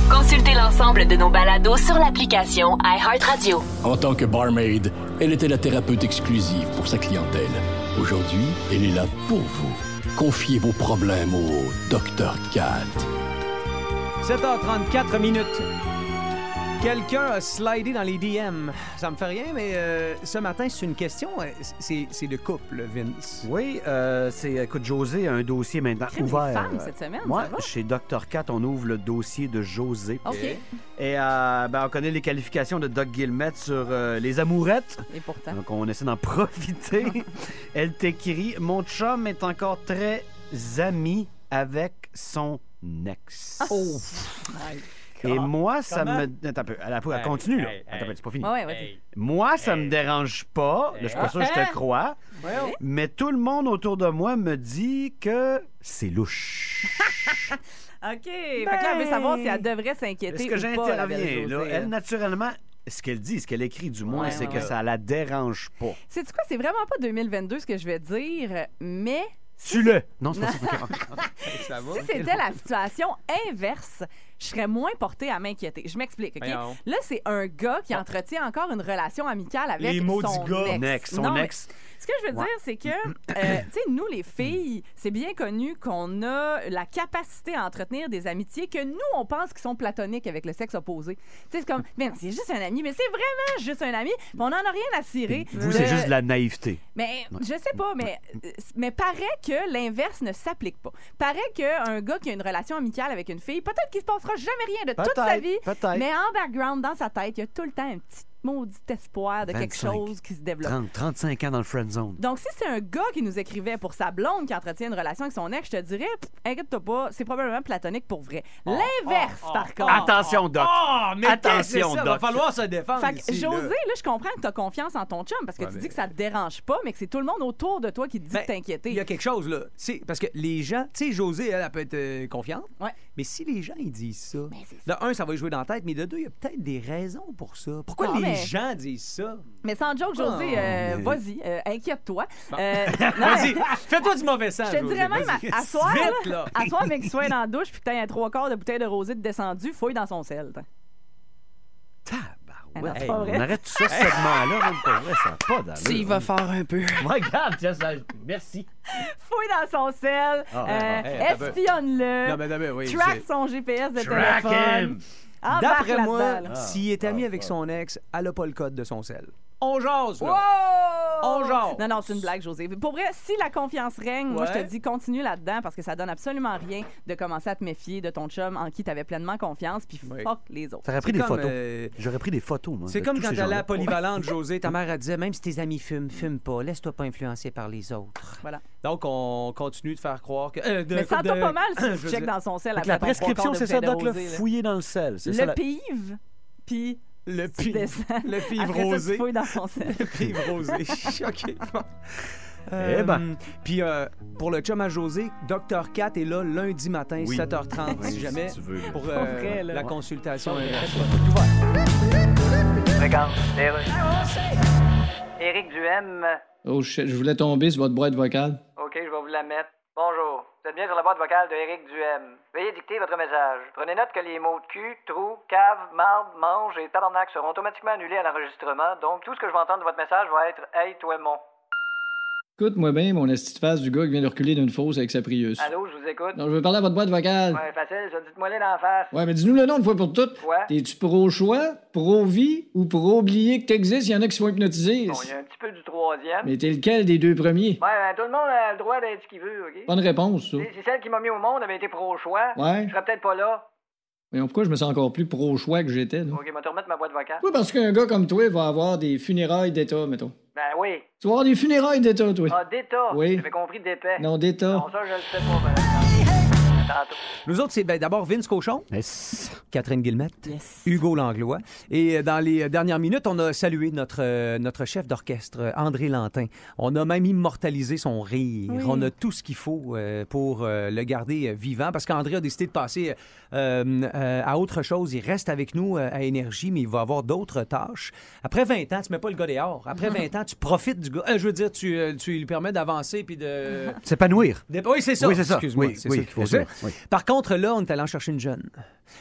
Speaker 1: Consultez l'ensemble de nos balados sur l'application iHeartRadio.
Speaker 13: En tant que barmaid, elle était la thérapeute exclusive pour sa clientèle. Aujourd'hui, elle est là pour vous. Confiez vos problèmes au Dr. Cat.
Speaker 2: 7h34 minutes. Quelqu'un a slidé dans les DM. Ça me fait rien, mais euh, ce matin, c'est une question. euh, C'est c'est de couple, Vince.
Speaker 3: Oui, euh, c'est écoute, José a un dossier maintenant
Speaker 2: Crime des
Speaker 3: ouvert.
Speaker 2: femmes cette semaine,
Speaker 3: Moi,
Speaker 2: ça va?
Speaker 3: chez Dr. Cat, on ouvre le dossier de José.
Speaker 4: OK.
Speaker 3: Et euh, ben, on connaît les qualifications de Doc Guillemette sur euh, les amourettes.
Speaker 4: Et pourtant.
Speaker 3: Donc on essaie d'en profiter. Elle t'écrit Mon chum est encore très ami avec son ex.
Speaker 4: Oh.
Speaker 3: Et moi, ça
Speaker 4: Comment?
Speaker 3: me. Attends un peu. Elle, elle- elle
Speaker 4: Hey,
Speaker 3: continue, là.
Speaker 4: hey,
Speaker 3: Attends un peu, c'est pas fini.
Speaker 4: Ouais, ouais, vas-y.
Speaker 3: Moi, ça me dérange pas. Là, je suis pas sûr que je
Speaker 4: Hein?
Speaker 3: te crois.
Speaker 4: Eh. Voyons.
Speaker 3: Mais tout le monde autour de moi me dit que c'est louche.
Speaker 4: OK. Fait que là, elle veut savoir si elle
Speaker 12: Ben,
Speaker 4: devrait s'inquiéter.
Speaker 3: Est-ce que
Speaker 4: ou pas, la belle
Speaker 3: j'interviens, là?
Speaker 4: Josée,
Speaker 3: Elle, naturellement, ce qu'elle dit, ce qu'elle écrit, du moins,
Speaker 4: Ouais,
Speaker 3: c'est
Speaker 4: ouais,
Speaker 3: que
Speaker 4: ouais.
Speaker 3: ça la dérange pas.
Speaker 4: C'est-tu quoi? C'est vraiment pas 2022 ce que je vais dire, mais
Speaker 3: Tue-le! Non, c'est pas ça.
Speaker 4: *laughs*
Speaker 2: Ça va?
Speaker 4: si c'était la situation inverse, je serais moins portée à m'inquiéter. Je m'explique, OK?
Speaker 3: Voyons.
Speaker 4: Là, c'est un gars qui entretient encore une relation amicale avec
Speaker 3: Les maudits
Speaker 4: son
Speaker 3: gars.
Speaker 4: ex.
Speaker 3: Next, son
Speaker 4: Non, mais
Speaker 3: ex.
Speaker 4: Ce que je veux
Speaker 3: Ouais.
Speaker 4: dire, c'est que,
Speaker 3: *clears throat*
Speaker 4: euh, tu sais, nous, les filles, c'est bien connu qu'on a la capacité à entretenir des amitiés que nous, on pense qui sont platoniques avec le sexe opposé. Tu sais, c'est
Speaker 3: *laughs*
Speaker 4: comme, ben, c'est juste un ami, mais c'est vraiment juste un ami, puis on n'en a rien à cirer. Euh,
Speaker 3: Vous, c'est
Speaker 4: de-
Speaker 3: juste de la naïveté.
Speaker 4: mais
Speaker 3: Ouais.
Speaker 4: je sais pas, mais, euh, mais paraît que l'inverse ne s'applique pas. Paraît qu'un gars qui a une relation amicale avec une fille, peut-être qu'il se passera jamais rien de toute sa
Speaker 3: Peut-être,
Speaker 4: vie,
Speaker 3: peut-être.
Speaker 4: mais en background, dans sa tête, il y a tout le temps un petit maudit espoir de quelque
Speaker 3: 25,
Speaker 4: chose qui se développe.
Speaker 3: 30, 35 ans dans le friend zone.
Speaker 4: Donc, si c'est un gars qui nous écrivait pour sa blonde qui entretient une relation avec son ex, je te
Speaker 2: Oh,
Speaker 4: dirais, Pff, inquiète-toi pas, c'est probablement platonique pour vrai. L'inverse, par contre.
Speaker 3: Oh. Attention, Doc.
Speaker 4: Oh,
Speaker 2: Ah, mais qu'est-ce que c'est
Speaker 14: Attention,
Speaker 2: ça? Va
Speaker 14: Doc.
Speaker 2: falloir se défendre.
Speaker 4: Fait que,
Speaker 2: ici, là.
Speaker 4: José, là, je comprends que tu as confiance en ton chum parce que
Speaker 2: Ouais,
Speaker 4: tu
Speaker 2: mais-
Speaker 4: dis que ça te dérange pas, mais que c'est tout le monde autour de toi qui te dit de t'inquiéter.
Speaker 2: Il Ben, y a quelque chose, là. C'est- parce que les gens, tu sais, José, elle, elle peut être euh, confiante. Mais si les gens, ils disent ça,
Speaker 4: Ben,
Speaker 2: de un, ça va lui jouer dans la tête, mais de deux, il y a peut-être des raisons pour ça. Pourquoi
Speaker 4: Non,
Speaker 2: les
Speaker 4: Ah, mais-
Speaker 2: gens disent ça?
Speaker 4: Mais sans joke, José,
Speaker 2: Ah,
Speaker 4: euh,
Speaker 2: mais-
Speaker 4: vas-y, euh, inquiète-toi.
Speaker 2: Bon. *laughs*
Speaker 4: Euh, non,
Speaker 2: Vas-y,
Speaker 4: mais-
Speaker 2: fais-toi du mauvais sang.
Speaker 4: Je te
Speaker 2: José,
Speaker 4: dirais même,
Speaker 2: vas-y.
Speaker 4: à, à soir,
Speaker 2: Vite,
Speaker 4: là,
Speaker 2: là.
Speaker 4: à soir,
Speaker 2: *laughs*
Speaker 4: mais que tu sois dans la douche puis que t'aies un trois quarts de bouteille de rosée de descendu, fouille dans son sel. t'as. Ah non, c'est
Speaker 3: Hey,
Speaker 4: pas vrai.
Speaker 3: on arrête tout ça, ce segment-là. Même pas vrai, ça n'a pas d'allure.
Speaker 14: S'il va
Speaker 3: faire un peu. Regarde, tiens, ça... merci.
Speaker 4: *laughs* Fouille dans son sel,
Speaker 3: Ah,
Speaker 4: euh,
Speaker 3: ah, hey, t'as peu.
Speaker 4: espionne-le,
Speaker 2: Non, mais t'as peu, oui,
Speaker 4: track
Speaker 2: c'est-
Speaker 4: son GPS de
Speaker 2: Track
Speaker 4: téléphone.
Speaker 2: him!
Speaker 4: Embarque
Speaker 2: D'après
Speaker 4: là-dedans,
Speaker 2: moi, Ah.
Speaker 4: là.
Speaker 2: s'il est ami avec son ex, elle a pas le code de son sel. On jase, là.
Speaker 4: Wow!
Speaker 2: On jase.
Speaker 4: Non, non, c'est une blague, José. Pour vrai, si la confiance règne, moi, je te
Speaker 2: Ouais.
Speaker 4: dis, continue là-dedans parce que ça donne absolument rien de commencer à te méfier de ton chum en qui t'avais pleinement confiance, puis fuck les autres.
Speaker 3: T'aurais pris
Speaker 2: C'est
Speaker 3: des
Speaker 2: comme,
Speaker 3: photos.
Speaker 2: euh,
Speaker 3: J'aurais pris des photos, moi.
Speaker 2: C'est
Speaker 3: de
Speaker 2: comme
Speaker 3: tous
Speaker 2: quand
Speaker 3: ces
Speaker 2: t'allais
Speaker 3: gens-là. *laughs*
Speaker 2: à Polyvalente, José, ta mère, elle disait même si tes amis fument, fume pas, laisse-toi pas influencer par les autres.
Speaker 4: Voilà.
Speaker 2: Donc, on continue de faire croire que. euh, de-
Speaker 4: Mais ça
Speaker 2: de-
Speaker 4: t'a pas
Speaker 2: *laughs*
Speaker 4: mal si
Speaker 2: Je
Speaker 4: tu
Speaker 2: veux
Speaker 4: checkes
Speaker 2: dire-
Speaker 4: dans son sel.
Speaker 3: Fait que
Speaker 4: après
Speaker 3: la
Speaker 4: ton trois quarts
Speaker 3: prescription,
Speaker 4: de
Speaker 3: c'est ça,
Speaker 4: bouteille de
Speaker 3: Doc, là,
Speaker 4: rosée, là.
Speaker 3: fouiller dans le sel. c'est ça,
Speaker 4: Le
Speaker 3: la-
Speaker 4: pive, puis...
Speaker 2: Le
Speaker 4: tu descends.
Speaker 2: Le pive
Speaker 4: Après ça,
Speaker 2: rosé.
Speaker 4: tu fouilles dans
Speaker 2: *laughs*
Speaker 4: son sel.
Speaker 2: Pive rosé. *laughs* OK. bon.
Speaker 3: Eh ben.
Speaker 2: Euh, Puis euh, pour le chum à José, Dr. Cat est là lundi matin,
Speaker 3: Oui.
Speaker 2: 7h30,
Speaker 3: Oui,
Speaker 2: si
Speaker 3: si
Speaker 2: jamais,
Speaker 3: tu veux, là.
Speaker 2: pour
Speaker 3: Pas
Speaker 2: euh,
Speaker 3: vrai, là.
Speaker 2: la
Speaker 3: Ouais.
Speaker 2: consultation.
Speaker 14: Regarde,
Speaker 15: Éric Duhem.
Speaker 9: Oh, shit, je voulais tomber sur votre boîte vocale.
Speaker 15: OK, je vais vous la mettre. Bonjour. Vous êtes bien sur la boîte vocale de Éric Duhem. Euh, Veuillez dicter votre message. Prenez note que les mots de cul, trou, cave, marde, mange et tabarnak seront automatiquement annulés à l'enregistrement, donc tout ce que je vais entendre de votre message va être Hey, toi, mon.
Speaker 9: Écoute-moi bien, mon astuce face du gars qui vient de reculer d'une fosse avec sa Prius.
Speaker 15: Allô, je vous écoute.
Speaker 9: Non, je veux parler à votre boîte vocale.
Speaker 15: Ouais, facile, ça. Dites-moi les d'en face.
Speaker 9: Ouais, mais dis-nous le nom une fois pour toutes.
Speaker 15: Ouais.
Speaker 9: T'es-tu pro-choix, pro-vie ou pro-oublier que t'existes? Il y en a qui se font hypnotiser.
Speaker 15: Bon, il y a un petit peu du troisième.
Speaker 9: Mais t'es lequel des deux premiers?
Speaker 15: Ouais, ben, tout le monde a le droit d'être ce qu'il veut, OK?
Speaker 9: Bonne réponse, ça.
Speaker 15: Si si celle qui m'a mis au monde avait été pro-choix,
Speaker 9: Ouais.
Speaker 15: je serais peut-être pas là.
Speaker 9: Mais pourquoi je me sens encore plus pro-choix que j'étais, là?
Speaker 15: OK, je vais te remettre ma boîte vocale.
Speaker 9: Oui, parce qu'un gars comme toi va avoir des funérailles d'État, mettons.
Speaker 15: Ben oui.
Speaker 9: Tu vas avoir des funérailles d'État, toi.
Speaker 15: Ah, d'État.
Speaker 9: Oui.
Speaker 15: J'avais compris d'épais.
Speaker 9: Non, d'État.
Speaker 15: Non, ça, je le sais pas. ben.
Speaker 2: Nous autres, c'est ben, d'abord Vince Cochon, Catherine Guillemette, Hugo Langlois. Et euh, dans les euh, dernières minutes, on a salué notre, euh, notre chef d'orchestre, euh, André Lantin. On a même immortalisé son rire.
Speaker 16: Oui.
Speaker 2: On a tout ce qu'il faut euh, pour euh, le garder euh, vivant parce qu'André a décidé de passer euh, euh, à autre chose. Il reste avec nous euh, à Énergie, mais il va avoir d'autres tâches. Après 20 ans, tu mets pas le gars dehors. Après 20 ans, tu profites du gars. Euh, je veux dire, tu, euh, tu lui permets d'avancer puis de...
Speaker 3: S'épanouir.
Speaker 2: Dé- Oui, c'est ça.
Speaker 3: Oui, c'est ça.
Speaker 2: Excuse-moi,
Speaker 3: Oui,
Speaker 2: c'est
Speaker 3: oui,
Speaker 2: ça qu'il faut
Speaker 3: bien *laughs*
Speaker 2: dire.
Speaker 3: sûr, oui.
Speaker 2: Par contre, là, on est allé en chercher une jeune.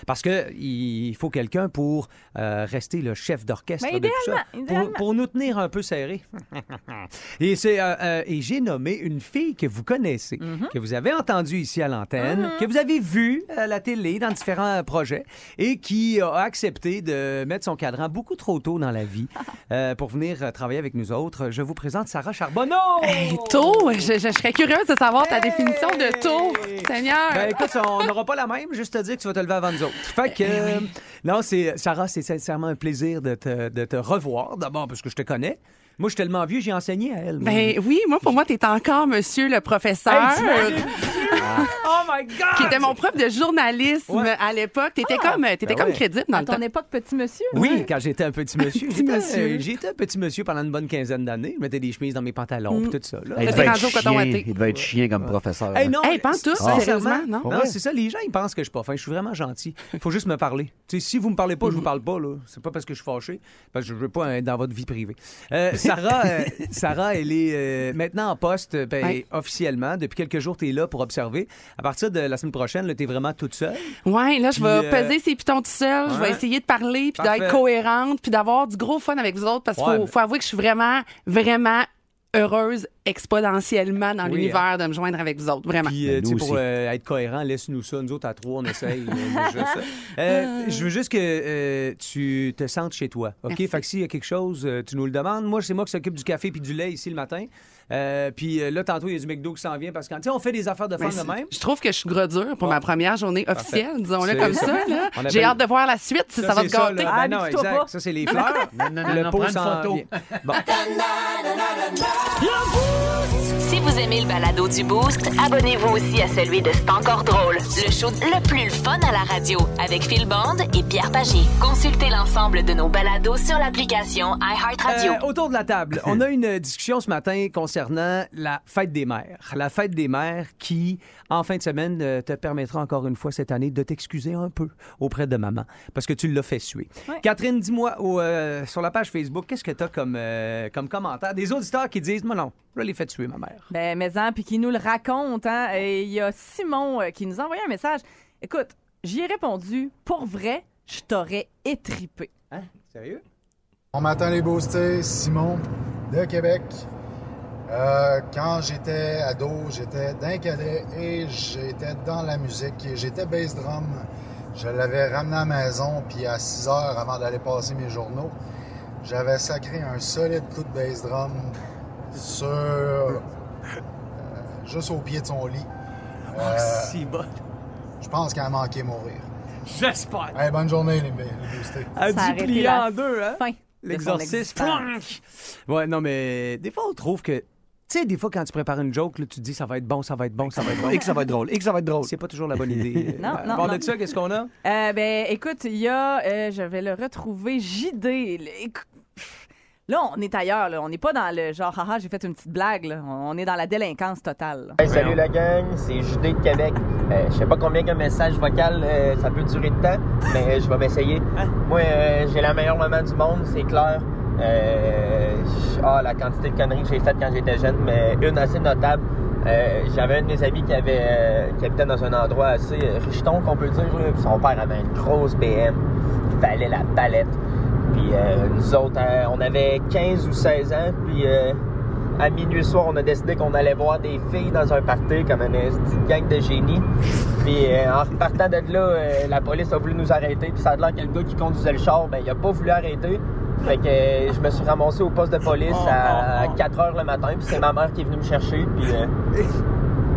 Speaker 2: Parce que il faut quelqu'un pour euh, rester le chef d'orchestre
Speaker 4: Ben,
Speaker 2: de tout ça.
Speaker 4: idéalement, idéalement.
Speaker 2: Pour, pour nous tenir un peu
Speaker 4: *laughs*
Speaker 2: serrés. et c'est, euh, euh, et j'ai nommé une fille que vous connaissez,
Speaker 4: Mm-hmm.
Speaker 2: que vous avez entendue ici à l'antenne, que vous avez vue à la télé dans différents euh, projets et qui a accepté de mettre son cadran beaucoup trop tôt dans
Speaker 4: *laughs*
Speaker 2: la vie euh, pour venir euh, travailler avec nous autres. Je vous présente Sarah Charbonneau.
Speaker 14: Tôt, je, je serais curieuse de savoir ta définition de tôt, Seigneur.
Speaker 2: Ben écoute, on n'aura pas la même, juste te dire que tu vas te lever avant nous autres. Fait que.
Speaker 14: Ben
Speaker 2: euh, Non, c'est, Sarah, c'est sincèrement un plaisir de te, de te revoir. D'abord, parce que je te connais. Moi, je suis tellement vieux, j'ai enseigné à elle. moi.
Speaker 14: Ben oui, moi, pour moi, t'es encore monsieur le professeur.
Speaker 2: Hey, t'imagines? *laughs* Oh *laughs* my God!
Speaker 14: Qui était mon prof de journalisme à l'époque. T'étais comme, t'étais
Speaker 2: Ben
Speaker 14: comme
Speaker 2: ouais.
Speaker 14: crédible dans
Speaker 2: À
Speaker 14: le
Speaker 2: ton
Speaker 14: temps.
Speaker 4: époque, petit monsieur.
Speaker 2: Oui, quand j'étais un petit monsieur.
Speaker 14: Petit
Speaker 2: J'étais-
Speaker 14: monsieur.
Speaker 2: J'étais un petit monsieur pendant une bonne quinzaine d'années. Je mettais des chemises dans mes pantalons,
Speaker 14: Mm.
Speaker 2: puis tout ça. là.
Speaker 3: Hey, il, devait être chien. il devait être chien comme professeur. Ah.
Speaker 2: Hey, non,
Speaker 14: Hey, pas en tout,
Speaker 2: sincèrement,
Speaker 14: sérieusement, non?
Speaker 2: non?
Speaker 14: Ouais.
Speaker 2: c'est ça, les gens, ils pensent que je suis pas fin. Je suis vraiment gentil. Il faut juste me parler. Tu sais, si vous me parlez pas, je vous parle pas, là. C'est pas parce que je suis fâché, parce que je veux pas être dans votre vie privée. Euh, Sarah, euh, Sarah, elle est euh, maintenant en poste, euh, ben,
Speaker 14: Ouais.
Speaker 2: officiellement. Depuis quelques jours, tu es là pour observer. À partir de la semaine prochaine, tu es vraiment toute seule.
Speaker 14: Ouais, là, je
Speaker 2: Puis,
Speaker 14: vais
Speaker 2: euh,
Speaker 14: peser ses pitons tout seul. Je
Speaker 2: ouais.
Speaker 14: vais essayer de parler, puis
Speaker 2: Parfait.
Speaker 14: d'être cohérente, puis d'avoir du gros fun avec vous autres, parce qu'il
Speaker 2: Ouais,
Speaker 14: faut,
Speaker 2: mais-
Speaker 14: faut avouer que je suis vraiment, vraiment heureuse exponentiellement dans
Speaker 2: Oui,
Speaker 14: l'univers de me joindre avec vous autres, vraiment.
Speaker 2: Puis, euh, tu sais, pour euh, être cohérent, laisse-nous ça. Nous autres, à trois, on essaye. euh, déjà
Speaker 14: *laughs*
Speaker 2: ça. Euh, je veux juste que euh, tu te sentes chez toi. OK? Fait que s'il y a quelque chose, euh, tu nous le demandes. Moi, c'est moi qui s'occupe du café puis du lait ici le matin. Euh, puis euh, là, tantôt, il y a du McDo qui s'en vient parce que, tu sais, on fait des affaires de
Speaker 14: Mais
Speaker 2: femme
Speaker 14: Ben,
Speaker 2: de
Speaker 14: c'est-
Speaker 2: même.
Speaker 14: Je trouve que je suis gros dur pour ma première journée
Speaker 2: Parfait.
Speaker 14: officielle, disons-le
Speaker 2: C'est-
Speaker 14: comme ça. là.
Speaker 2: On appelle-
Speaker 14: J'ai hâte de voir la suite, si ça, va
Speaker 2: c'est
Speaker 14: te gâter. Ah,
Speaker 2: là. Ben non, exact. Ça, c'est
Speaker 14: *laughs*
Speaker 2: les fleurs. Le pot s'en vient. Bon.
Speaker 1: Si vous aimez le balado du Boost, abonnez-vous aussi à celui de C'est encore drôle, le show le plus fun à la radio avec Phil Bond et Pierre Pagé. Consultez l'ensemble de nos balados sur l'application iHeartRadio.
Speaker 2: Euh, autour de la table, on *laughs* a une discussion ce matin concernant la fête des mères. La fête des mères qui, en fin de semaine, euh, te permettra encore une fois cette année de t'excuser un peu auprès de maman parce que tu l'as fait suer. Catherine, dis-moi au, euh, sur la page Facebook, qu'est-ce que tu as comme, euh, comme commentaire? Des auditeurs qui disent, moi non, je l'ai fait suer, ma mère.
Speaker 4: Ben, mais en, puis qui nous le raconte. hein. Et il y a Simon euh, qui nous a envoyé un message. Écoute, j'y ai répondu, pour vrai, je t'aurais étripé.
Speaker 2: Hein? Sérieux?
Speaker 16: Bon matin les boostés, Simon de Québec. Euh, quand j'étais ado, j'étais d'un cadet et j'étais dans la musique et j'étais bass drum. Je l'avais ramené à la maison, puis à 6 heures avant d'aller passer mes journaux, j'avais sacré un solide coup de bass drum sur. euh, juste au pied de son lit. Euh,
Speaker 2: Ah, si bon!
Speaker 16: Je pense qu'elle a manqué mourir.
Speaker 2: J'espère!
Speaker 16: Allez, bonne journée les, les boostés.
Speaker 4: Ça a
Speaker 2: Elle dû
Speaker 4: arrêté
Speaker 2: plier
Speaker 4: la
Speaker 2: en deux, hein?
Speaker 4: fin de son
Speaker 2: L'exorciste. hein.
Speaker 4: existence.
Speaker 2: Ouais, non, mais des fois, on trouve que. Tu sais, des fois, quand tu prépares une joke, là, tu te dis ça va être bon, ça va être bon, ça va être bon.
Speaker 3: Et que ça va être drôle,
Speaker 2: et que ça va être drôle. C'est pas toujours la bonne idée. *laughs*
Speaker 4: Non,
Speaker 2: Euh,
Speaker 4: non,
Speaker 2: à part
Speaker 4: non.
Speaker 2: de ça, qu'est-ce qu'on a?
Speaker 4: Euh, ben, écoute, il y a, euh, je vais le retrouver, JD. Le- écou- pff, Là, on est ailleurs. Là. On n'est pas dans le genre, haha, j'ai fait une petite blague. là. On on est dans la délinquance totale. là.
Speaker 17: Hey, salut la gang, c'est Judé de Québec. Euh, je sais pas combien qu'un message vocal euh, ça peut durer de temps, mais euh, je vais m'essayer. Moi, euh, j'ai la meilleure maman du monde, c'est clair. Euh, j- ah, la quantité de conneries que j'ai faites quand j'étais jeune, mais une assez notable. Euh, J'avais un de mes amis qui avait euh, qui habitait dans un endroit assez euh, richeton, qu'on peut dire. là, puis son père avait une grosse BM. Il fallait la palette. Puis euh, nous autres, euh, on avait 15 ou 16 ans. Puis euh, à minuit soir, on a décidé qu'on allait voir des filles dans un party comme une euh, petite gang de génie. Puis euh, en repartant de là, euh, la police a voulu nous arrêter. Puis ça a l'air que le gars qui conduisait le char, ben, il a pas voulu arrêter. Fait que euh, je me suis ramassé au poste de police
Speaker 2: Oh,
Speaker 17: à 4 h le matin. Puis c'est ma mère qui est venue me chercher. Puis euh,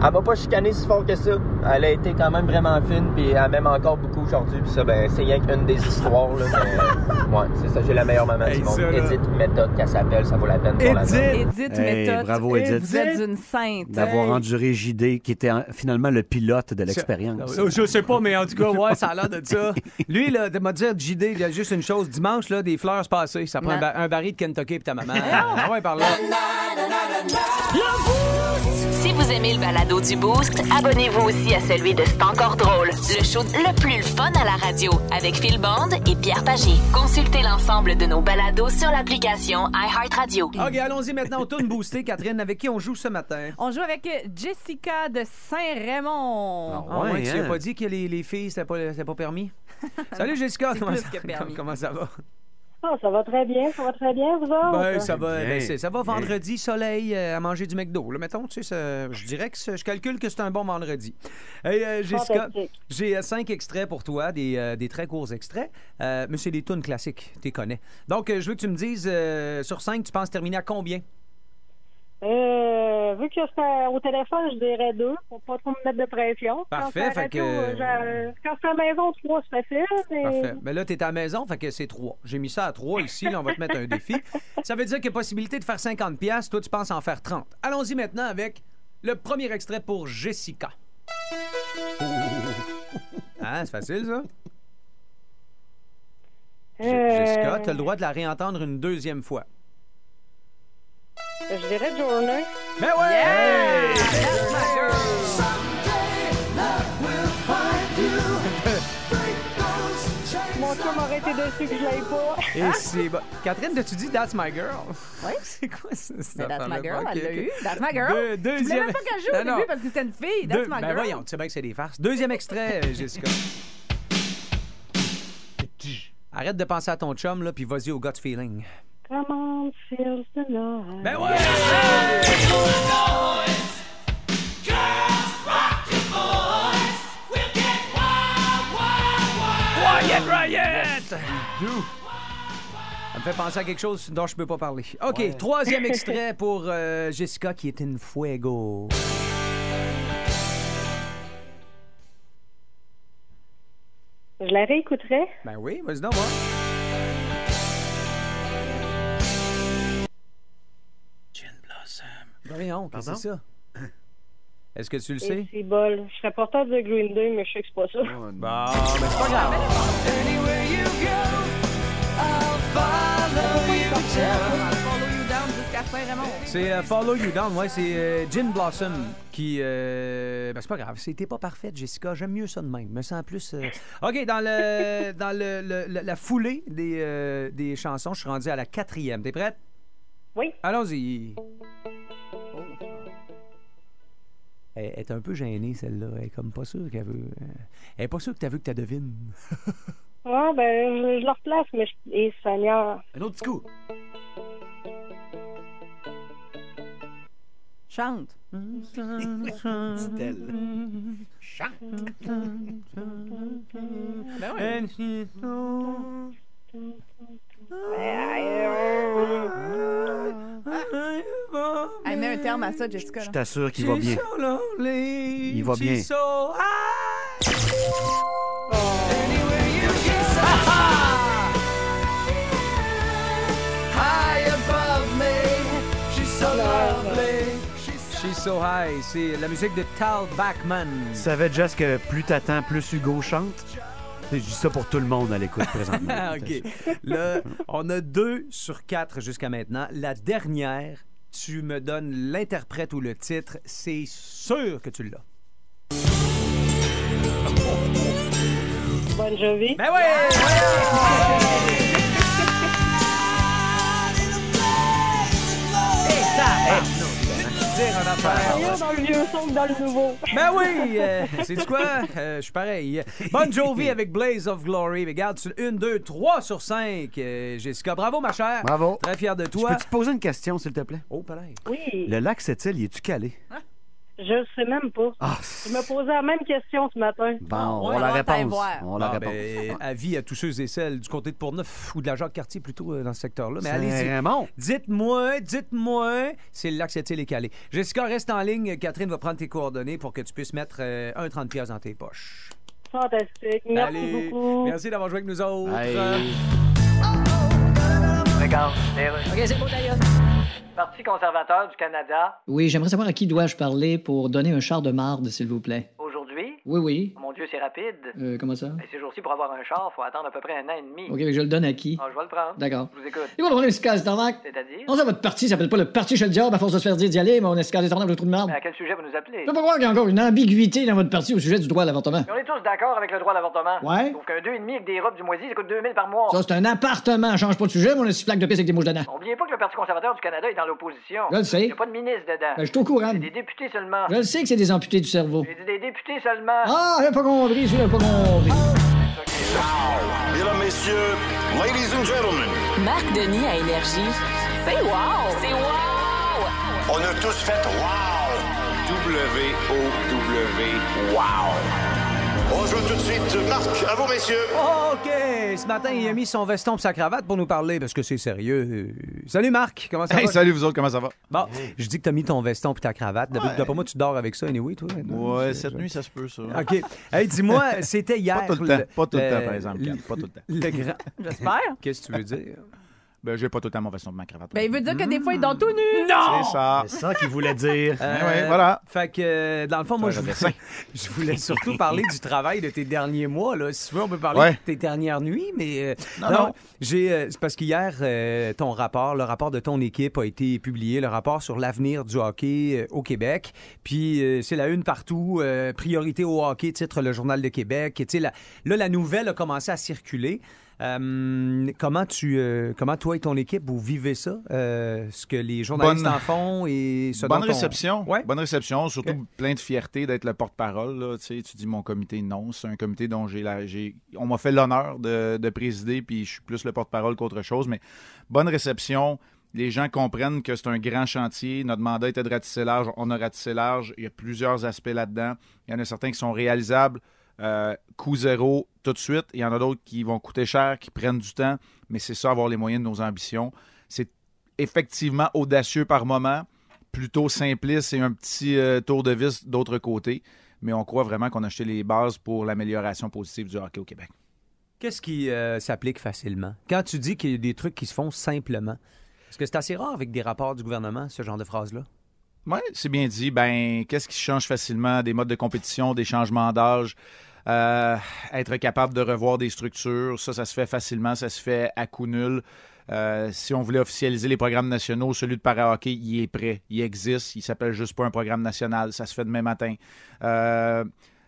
Speaker 17: elle m'a pas chicané si fort que ça. Elle a été quand même vraiment fine, puis elle m'aime encore beaucoup aujourd'hui. Puis ça, ben, c'est rien qu'une des histoires, là. mais, euh, ouais, c'est ça, j'ai la meilleure maman
Speaker 2: Hey,
Speaker 17: du monde.
Speaker 2: ça, là.
Speaker 17: Edith Méthode, qu'elle s'appelle, ça vaut la peine qu'on la nomme.
Speaker 4: Edith
Speaker 3: Hey,
Speaker 4: Méthode,
Speaker 3: bravo,
Speaker 4: et
Speaker 3: Edith.
Speaker 4: vous êtes une sainte.
Speaker 3: D'avoir
Speaker 4: Hey.
Speaker 3: enduré JD, qui était en- finalement le pilote de l'expérience.
Speaker 2: Euh, Je sais pas, mais en tout cas, ouais, ça a l'air de ça. Lui, là, de me dire, JD, il y a juste une chose. Dimanche, là, des fleurs se passaient. Ça prend
Speaker 11: Non.
Speaker 2: un, ba- un baril de Kentucky et
Speaker 4: *laughs*
Speaker 2: ta maman. Ah ouais, par là.
Speaker 1: Si vous aimez le balado du Boost, abonnez-vous aussi à celui de C'est encore drôle, le show le plus fun à la radio avec Phil Bond et Pierre Pagé. Consultez l'ensemble de nos balados sur l'application iHeartRadio.
Speaker 9: Oh,
Speaker 2: OK, allons-y maintenant au tourne boosté, Catherine, avec qui on joue ce matin.
Speaker 4: On joue avec euh, Jessica de Saint-Raymond.
Speaker 2: Ah ouais, tu
Speaker 4: hein.
Speaker 2: n'as pas dit que les, les filles, c'était pas, c'était
Speaker 4: *laughs*
Speaker 2: pas permis? Salut Jessica,
Speaker 4: C'est
Speaker 2: comment,
Speaker 4: plus
Speaker 2: ça,
Speaker 4: que permis.
Speaker 2: comment ça va?
Speaker 18: Ah, ça va très bien, ça va très bien, vous autres.
Speaker 2: Ben, ça va,
Speaker 18: Bien.
Speaker 2: ben, c'est- ça va
Speaker 18: Bien.
Speaker 2: vendredi, soleil, euh, à manger du McDo. Là, mettons, tu sais, ça- je dirais que c'est- je calcule que c'est un bon vendredi. Hey, euh, Jessica,
Speaker 18: Fantastique.
Speaker 2: j'ai euh, cinq extraits pour toi, des, euh, des très courts extraits, euh, mais c'est des tunes classiques, tu les connais. Donc, euh, je veux que tu me dises, euh, sur cinq, tu penses terminer à combien?
Speaker 18: Euh, vu que c'est au téléphone, je dirais deux, pour pas trop me mettre de pression.
Speaker 2: Parfait,
Speaker 18: quand c'est à
Speaker 2: fait
Speaker 18: la
Speaker 2: que-
Speaker 18: radio, euh, je- Quand c'est à la maison, trois, c'est facile, mais...
Speaker 2: Parfait. Ben là, tu es à la maison, fait que c'est trois. J'ai mis ça à trois ici, là, on va te mettre un défi. Ça veut dire qu'il y a possibilité de faire 50 pièces, toi, tu penses en faire 30. Allons-y maintenant avec le premier extrait pour Jessica. Hein, c'est facile, ça?
Speaker 18: Euh,
Speaker 2: Jessica, tu as le droit de la réentendre une deuxième fois.
Speaker 18: Je dirais journée.
Speaker 2: Mais Ben ouais!
Speaker 18: Mon chum aurait été déçu que je l'aille pas.
Speaker 2: Et c'est bon. Catherine, t'as-tu dit That's My Girl?
Speaker 4: Oui.
Speaker 2: c'est *laughs* quoi ça?
Speaker 4: Mais That's my girl, elle l'a eu. That's my
Speaker 2: Deux-
Speaker 4: girl. Tu voulais
Speaker 2: deuxième-
Speaker 4: même pas qu'elle joue au
Speaker 2: Non, non.
Speaker 4: début parce que c'était une fille. That's
Speaker 2: Deux-
Speaker 4: my
Speaker 2: ben
Speaker 4: girl.
Speaker 2: voyons, tu sais bien que c'est des farces. Deuxième extrait,
Speaker 4: *laughs*
Speaker 2: euh, Jessica. Arrête de penser à ton chum, là, puis vas-y au gut feeling.
Speaker 18: Come on, feels the night.
Speaker 2: Ben ouais! Ça me fait penser à quelque chose dont je peux pas parler. OK, troisième extrait pour euh, Jessica qui est in fuego.
Speaker 18: Je la réécouterai.
Speaker 2: Ben oui, vas-y donc, moi. Voyons, qu'est-ce que c'est ça? Est-ce que tu le sais?
Speaker 18: Et C'est bol. Je serais portable de Green Day, mais je sais que c'est pas ça.
Speaker 2: Bon, ben c'est pas grave. C'est euh, Follow You Down, ouais, c'est euh, Jim Blossom qui. euh, ben, c'est pas grave, c'était pas parfait, Jessica. J'aime mieux ça de même. Me sens plus. euh, OK, dans, *laughs* le, dans le, le- le- la foulée des, euh, des chansons, je suis rendu à la quatrième. T'es prête?
Speaker 18: Oui.
Speaker 2: Allons-y. Elle elle est un peu gênée, celle-là. Elle est comme pas sûre qu'elle veut. euh, Elle est pas sûre que t'as vu que t'as devine.
Speaker 18: Ouais, ben, je, je la replace, mais je... Et Seigneur.
Speaker 2: Un autre petit coup.
Speaker 4: Chante.
Speaker 11: Dit-elle.
Speaker 2: Chante.
Speaker 11: Ben
Speaker 14: Elle met un terme à ça, Jessica.
Speaker 3: Je t'assure qu'il va bien. Il va bien.
Speaker 11: High above me, she's so lovely.
Speaker 2: She's so high. C'est la musique de Tal Bachman.
Speaker 3: Tu savais déjà que plus t'attends, plus Hugo chante? Je dis ça pour tout le monde à l'écoute présentement.
Speaker 2: *laughs* Ah, OK. Là, on a deux sur quatre jusqu'à maintenant. La dernière, tu me donnes l'interprète ou le titre. C'est sûr que tu l'as.
Speaker 18: Bonne Jovi.
Speaker 2: Ben ouais! Dire en affaire.
Speaker 5: *laughs*
Speaker 18: Mieux dans le vieux son que dans le nouveau.
Speaker 2: Ben oui! C'est du quoi? Euh, je suis pareil. Bon Jovi avec Blaze of Glory. Regarde, sur une, deux, trois sur cinq. Euh, Jessica, bravo, ma chère.
Speaker 3: Bravo.
Speaker 2: Très fier de
Speaker 3: Je
Speaker 2: toi.
Speaker 3: peux-tu te poser une question, s'il te plaît?
Speaker 2: Oh, pareil.
Speaker 18: Oui.
Speaker 3: Le lac Sept-Îles, y est-tu calé?
Speaker 18: Je le sais même pas. Je me posais la même question ce matin.
Speaker 3: Bon, on la réponse. On la
Speaker 2: Ah,
Speaker 3: réponse.
Speaker 2: ben, avis à tous ceux et celles du comté de Portneuf ou de la Jacques-Cartier plutôt euh, dans ce secteur-là. Mais
Speaker 3: C'est
Speaker 2: allez-y.
Speaker 3: Raymond.
Speaker 2: Dites-moi, dites-moi, c'est le lac cette île est calé. Jessica, reste en ligne. Catherine va prendre tes coordonnées pour que tu puisses mettre euh, un 30 pièces dans tes poches.
Speaker 18: Fantastique. Merci
Speaker 2: Allez,
Speaker 18: beaucoup.
Speaker 2: Merci d'avoir joué avec nous autres.
Speaker 18: Bye.
Speaker 15: Oh, Regarde,
Speaker 18: OK, c'est bon, d'ailleurs.
Speaker 15: Parti conservateur du Canada,
Speaker 9: Oui, j'aimerais savoir à qui dois-je parler pour donner un char de marde, s'il vous plaît.
Speaker 15: aujourd'hui, Oh,
Speaker 9: Oui, oui.
Speaker 15: mon Dieu, c'est rapide.
Speaker 9: Euh, comment ça?
Speaker 15: Ben, ces jours-ci, pour avoir un char, faut attendre à peu près un an et demi.
Speaker 9: OK, mais je le donne à qui?
Speaker 15: Ah, je vais le prendre.
Speaker 9: D'accord.
Speaker 15: Je vous écoute.
Speaker 9: Et voilà, on est escale tarnac.
Speaker 15: C'est-à-dire?
Speaker 9: Non, ça, votre parti s'appelle pas le parti chez le diable à force de se faire dire d'y aller, mais on escale des tarnac le trou de marde.
Speaker 15: Mais à quel sujet vous nous appelez?
Speaker 9: Je peux pas croire qu'il y a encore une ambiguïté dans votre parti au sujet du droit à l'avortement.
Speaker 15: Mais on est tous d'accord avec le droit à l'avortement.
Speaker 9: Ouais.
Speaker 15: Sauf qu'un 2,5 avec des robes du moisi, ça coûte 2000 par mois.
Speaker 9: Ça, c'est un appartement. Change pas de sujet, mais on a six plaques de pisse avec des mouches dedans.
Speaker 15: Oubliez pas que le Parti conservateur du Canada est dans l'opposition.
Speaker 9: Je le sais.
Speaker 15: Il n'y a pas de ministre dedans.
Speaker 9: Ben, je suis au courant.
Speaker 15: C'est des députés seulement.
Speaker 9: Je le sais que c'est des amputés du cerveau.
Speaker 15: J'ai dit des députés seulement.
Speaker 9: Ah, j'ai pas compris, celui-là, pas compris.
Speaker 5: Mesdames, messieurs, ladies and gentlemen,
Speaker 8: Marc Denis à Énergie. C'est wow! C'est wow!
Speaker 5: on a tous fait wow! W-O-W, wow! On joue tout de suite Marc, à vous, messieurs!
Speaker 2: OK, ce matin, il a mis son veston et sa cravate pour nous parler parce que c'est sérieux. Euh, Salut Marc, comment ça
Speaker 19: Hey,
Speaker 2: va?
Speaker 19: salut vous autres, comment ça va?
Speaker 2: Bon, je dis que t'as mis ton veston puis ta cravate. D'après
Speaker 19: Ouais.
Speaker 2: d'après moi, tu dors avec ça anyway, toi. non?
Speaker 19: Ouais,
Speaker 2: C'est-
Speaker 19: cette nuit, ça se peut, ça.
Speaker 2: OK. Hey,
Speaker 19: *laughs*
Speaker 2: dis-moi, c'était hier.
Speaker 19: Pas tout le temps, pas tout le temps,
Speaker 2: euh,
Speaker 19: par exemple, Kat, pas tout le temps. *laughs*
Speaker 2: le grand-
Speaker 4: J'espère.
Speaker 2: Qu'est-ce que tu veux *laughs* dire?
Speaker 19: Ben, j'ai pas tout le temps mon veston de ma cravate.
Speaker 4: Ben, il veut dire que des fois, ils sont tout nus.
Speaker 19: C'est ça. C'est ça qu'il voulait dire. Ben
Speaker 2: Euh,
Speaker 19: voilà.
Speaker 2: Fait que, euh, dans le fond, moi, je voulais, je voulais surtout parler du travail de tes derniers mois. Là. Si tu veux, on peut parler
Speaker 19: Ouais.
Speaker 2: de tes dernières nuits, mais... euh,
Speaker 19: Non, non.
Speaker 2: j'ai, euh, c'est parce qu'hier, euh, ton rapport, le rapport de ton équipe a été publié, le rapport sur l'avenir du hockey euh, au Québec. Puis euh, c'est la une partout, euh, priorité au hockey, titre le Journal de Québec. Et tu sais, la- là, la nouvelle a commencé à circuler. Euh, comment tu, euh, comment toi et ton équipe vous vivez ça, euh, ce que les journalistes
Speaker 19: Bonne-
Speaker 2: en font et ce
Speaker 19: Bonne
Speaker 2: dont on-
Speaker 19: réception. Bonne réception. Surtout plein de fierté d'être le porte-parole. là, Tu sais, tu dis mon comité, non. C'est un comité dont j'ai la. j'ai- On m'a fait l'honneur de, de présider, puis je suis plus le porte-parole qu'autre chose. Mais bonne réception. Les gens comprennent que c'est un grand chantier. Notre mandat était de ratisser large. On a ratissé large. Il y a plusieurs aspects là-dedans. Il y en a certains qui sont réalisables. Euh, coût zéro tout de suite. Il y en a d'autres qui vont coûter cher, qui prennent du temps, mais c'est ça, avoir les moyens de nos ambitions. C'est effectivement audacieux par moment, plutôt simpliste et un petit euh, tour de vis d'autre côté, mais on croit vraiment qu'on a acheté les bases pour l'amélioration positive du hockey au Québec.
Speaker 2: Qu'est-ce qui euh, s'applique facilement? Quand tu dis qu'il y a des trucs qui se font simplement, est-ce que c'est assez rare avec des rapports du gouvernement, ce genre de phrase-là?
Speaker 19: Oui, c'est bien dit. Ben, qu'est-ce qui change facilement? Des modes de compétition, des changements d'âge, euh, être capable de revoir des structures, ça, ça se fait facilement, ça se fait à coup nul. Euh, si on voulait officialiser les programmes nationaux, celui de para-hockey, il est prêt, il existe, il s'appelle juste pas un programme national, ça se fait demain matin. Euh,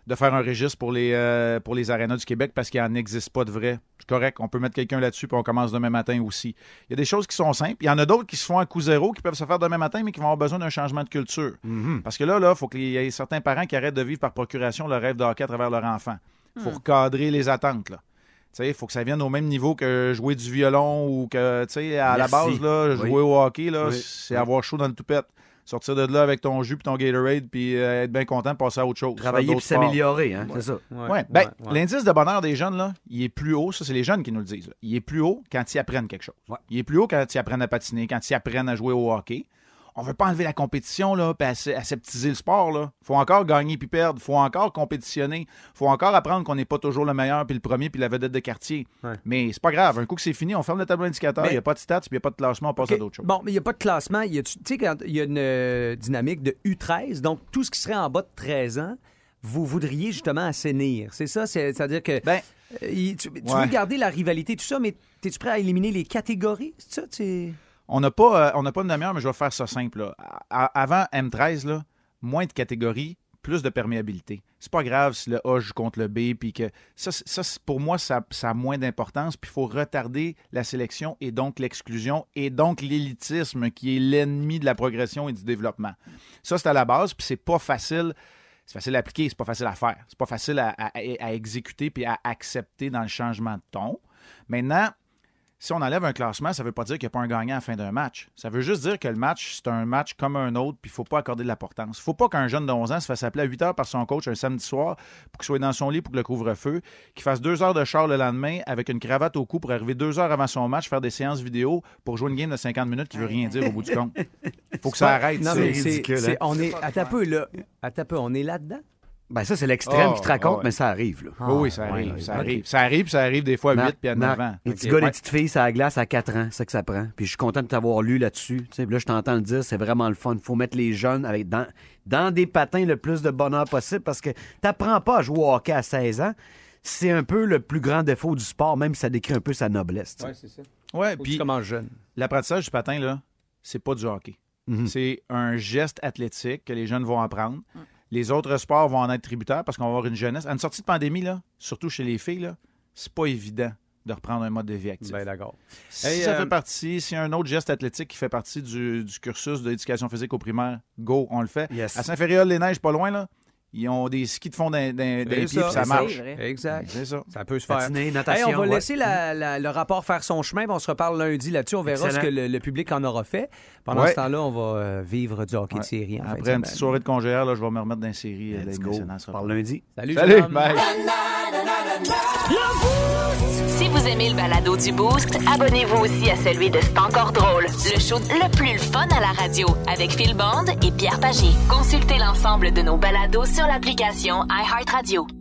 Speaker 19: de faire un registre pour les, euh, pour les arénas du Québec parce qu'il n'en existe pas de vrai. C'est correct, on peut mettre quelqu'un là-dessus puis on commence demain matin aussi. Il y a des choses qui sont simples. Il y en a d'autres qui se font à coup zéro, qui peuvent se faire demain matin, mais qui vont avoir besoin d'un changement de culture.
Speaker 3: Mhm.
Speaker 19: Parce que là, il faut qu'il y ait certains parents qui arrêtent de vivre par procuration le rêve de hockey à travers leur enfant. Il faut
Speaker 3: Mm.
Speaker 19: recadrer les attentes. Là. Tu sais, il faut que ça vienne au même niveau que jouer du violon ou que, tu sais, à
Speaker 3: Merci.
Speaker 19: la base, là, jouer
Speaker 3: Oui.
Speaker 19: au hockey, là,
Speaker 3: Oui.
Speaker 19: c'est
Speaker 3: Oui.
Speaker 19: avoir chaud dans le toupette. Sortir de là avec ton jus puis ton Gatorade puis euh, être bien content de passer à autre chose.
Speaker 3: Travailler
Speaker 19: Faire
Speaker 3: puis
Speaker 19: d'autres
Speaker 3: s'améliorer,
Speaker 19: sports.
Speaker 3: hein, c'est ça.
Speaker 19: Ouais.
Speaker 3: Ouais,
Speaker 19: Ben,
Speaker 3: ouais, ouais.
Speaker 19: L'indice de bonheur des jeunes, là, il est plus haut, ça, c'est les jeunes qui nous le disent. là. Il est plus haut quand ils apprennent quelque chose. Il est plus haut quand ils apprennent à patiner, quand ils apprennent à jouer au hockey. On veut pas enlever la compétition, là, puis asse- aseptiser le sport, là. Faut encore gagner puis perdre. Faut encore compétitionner. Faut encore apprendre qu'on n'est pas toujours le meilleur puis le premier puis la vedette de quartier. Mais c'est pas grave. Un coup que c'est fini, on ferme le tableau indicateur. Il
Speaker 2: Mais-
Speaker 19: n'y a pas de stats puis il n'y a pas de classement. On passe à
Speaker 2: OK.
Speaker 19: d'autres choses.
Speaker 2: Bon, mais il n'y a pas de classement. Il y a, tu tu sais, quand il y a une euh, dynamique de U13, donc tout ce qui serait en bas de 13 ans, vous voudriez justement assainir. C'est ça? C'est- C'est-à-dire que. euh, il- tu, tu
Speaker 19: Ouais.
Speaker 2: veux garder la rivalité, tout ça, mais es-tu prêt à éliminer les catégories? C'est ça? tu-
Speaker 19: On n'a pas, euh, on n'a pas une demi-heure, mais je vais faire ça simple. là. À- avant M13, là, moins de catégories, plus de perméabilité. C'est pas grave si le A joue contre le B, puis que ça, c'est- ça, c'est- pour moi, ça, ça a moins d'importance. Puis il faut retarder la sélection et donc l'exclusion et donc l'élitisme qui est l'ennemi de la progression et du développement. Ça, c'est à la base, puis c'est pas facile. C'est facile à appliquer, c'est pas facile à faire. C'est pas facile à, à- à exécuter puis à accepter dans le changement de ton. Maintenant, si on enlève un classement, ça ne veut pas dire qu'il n'y a pas un gagnant à la fin d'un match. Ça veut juste dire que le match, c'est un match comme un autre, puis il ne faut pas accorder de l'importance. Il ne faut pas qu'un jeune de 11 ans se fasse appeler à 8 heures par son coach un samedi soir pour qu'il soit dans son lit pour que le couvre-feu, qu'il fasse deux heures de char le lendemain avec une cravate au cou pour arriver deux heures avant son match, faire des séances vidéo pour jouer une game de 50 minutes qui ne veut rien dire au bout du compte. Il faut que ça arrête. hein.
Speaker 2: Non,
Speaker 19: ça.
Speaker 2: mais c'est hein. c'est- on est, à ta peu, là. À ta peu, on est là-dedans?
Speaker 3: Ben, ça, c'est l'extrême
Speaker 19: Ah,
Speaker 3: qui te raconte,
Speaker 19: ah ouais.
Speaker 3: mais ça arrive. Ah, Là.
Speaker 19: Oui, oui, ça arrive. ça, arrive. ça arrive, ça arrive des fois à 8 puis à 9 ans.
Speaker 3: Les
Speaker 19: Ok.
Speaker 3: petits gars,
Speaker 19: Ouais.
Speaker 3: les petites filles, ça la glace à 4 ans, c'est ça que ça prend. Puis je suis content de t'avoir lu là-dessus. Tu sais, Là, je t'entends le dire, c'est vraiment le fun. faut mettre les jeunes avec dans, dans des patins le plus de bonheur possible parce que t'apprends pas à jouer au hockey à 16 ans. C'est un peu le plus grand défaut du sport, même si ça décrit un peu sa noblesse. tu sais.
Speaker 2: c'est ça.
Speaker 19: Ouais,
Speaker 2: Faut que
Speaker 19: puis
Speaker 2: tu commences jeune. Mhm.
Speaker 19: L'apprentissage du patin là, c'est pas du hockey. C'est un geste athlétique que les jeunes vont apprendre. Les autres sports vont en être tributaires parce qu'on va avoir une jeunesse. À une sortie de pandémie là, surtout chez les filles là, c'est pas évident de reprendre un mode de vie actif.
Speaker 2: Ben, d'accord.
Speaker 19: Si
Speaker 2: Hey,
Speaker 19: ça
Speaker 2: euh,
Speaker 19: fait partie, si un autre geste athlétique qui fait partie du, du cursus d'éducation physique au primaire, go, on le fait.
Speaker 3: Yes.
Speaker 19: À Saint-Féréol-les-Neiges, pas loin là, ils ont des skis de fond d'un d'un- d'un
Speaker 2: C'est
Speaker 19: pied puis ça
Speaker 2: c'est
Speaker 19: marche.
Speaker 2: vrai. Exact.
Speaker 19: C'est ça.
Speaker 2: Ça peut se faire.
Speaker 3: Patiner,
Speaker 2: Hey,
Speaker 3: natation,
Speaker 2: on va
Speaker 3: ouais.
Speaker 2: laisser la- la- le rapport faire son chemin, puis on se reparle lundi là-dessus. On verra
Speaker 19: Excellent.
Speaker 2: ce que le, le public en aura fait. Pendant
Speaker 19: Ouais.
Speaker 2: ce temps-là, on va euh, vivre du hockey de série. en fin de
Speaker 19: Après une
Speaker 2: semaine.
Speaker 19: petite soirée de congélaire, là, je vais me remettre dans la série. euh, la Ligue nationale sera
Speaker 3: Par lundi.
Speaker 2: Salut,
Speaker 19: Salut,
Speaker 2: Jérôme.
Speaker 19: bye.
Speaker 1: Si vous aimez le balado du Boost, abonnez-vous aussi à celui de C'est encore drôle, le show le plus fun à la radio avec Phil Bond et Pierre Pagé. Consultez l'ensemble de nos balados sur l'application iHeartRadio.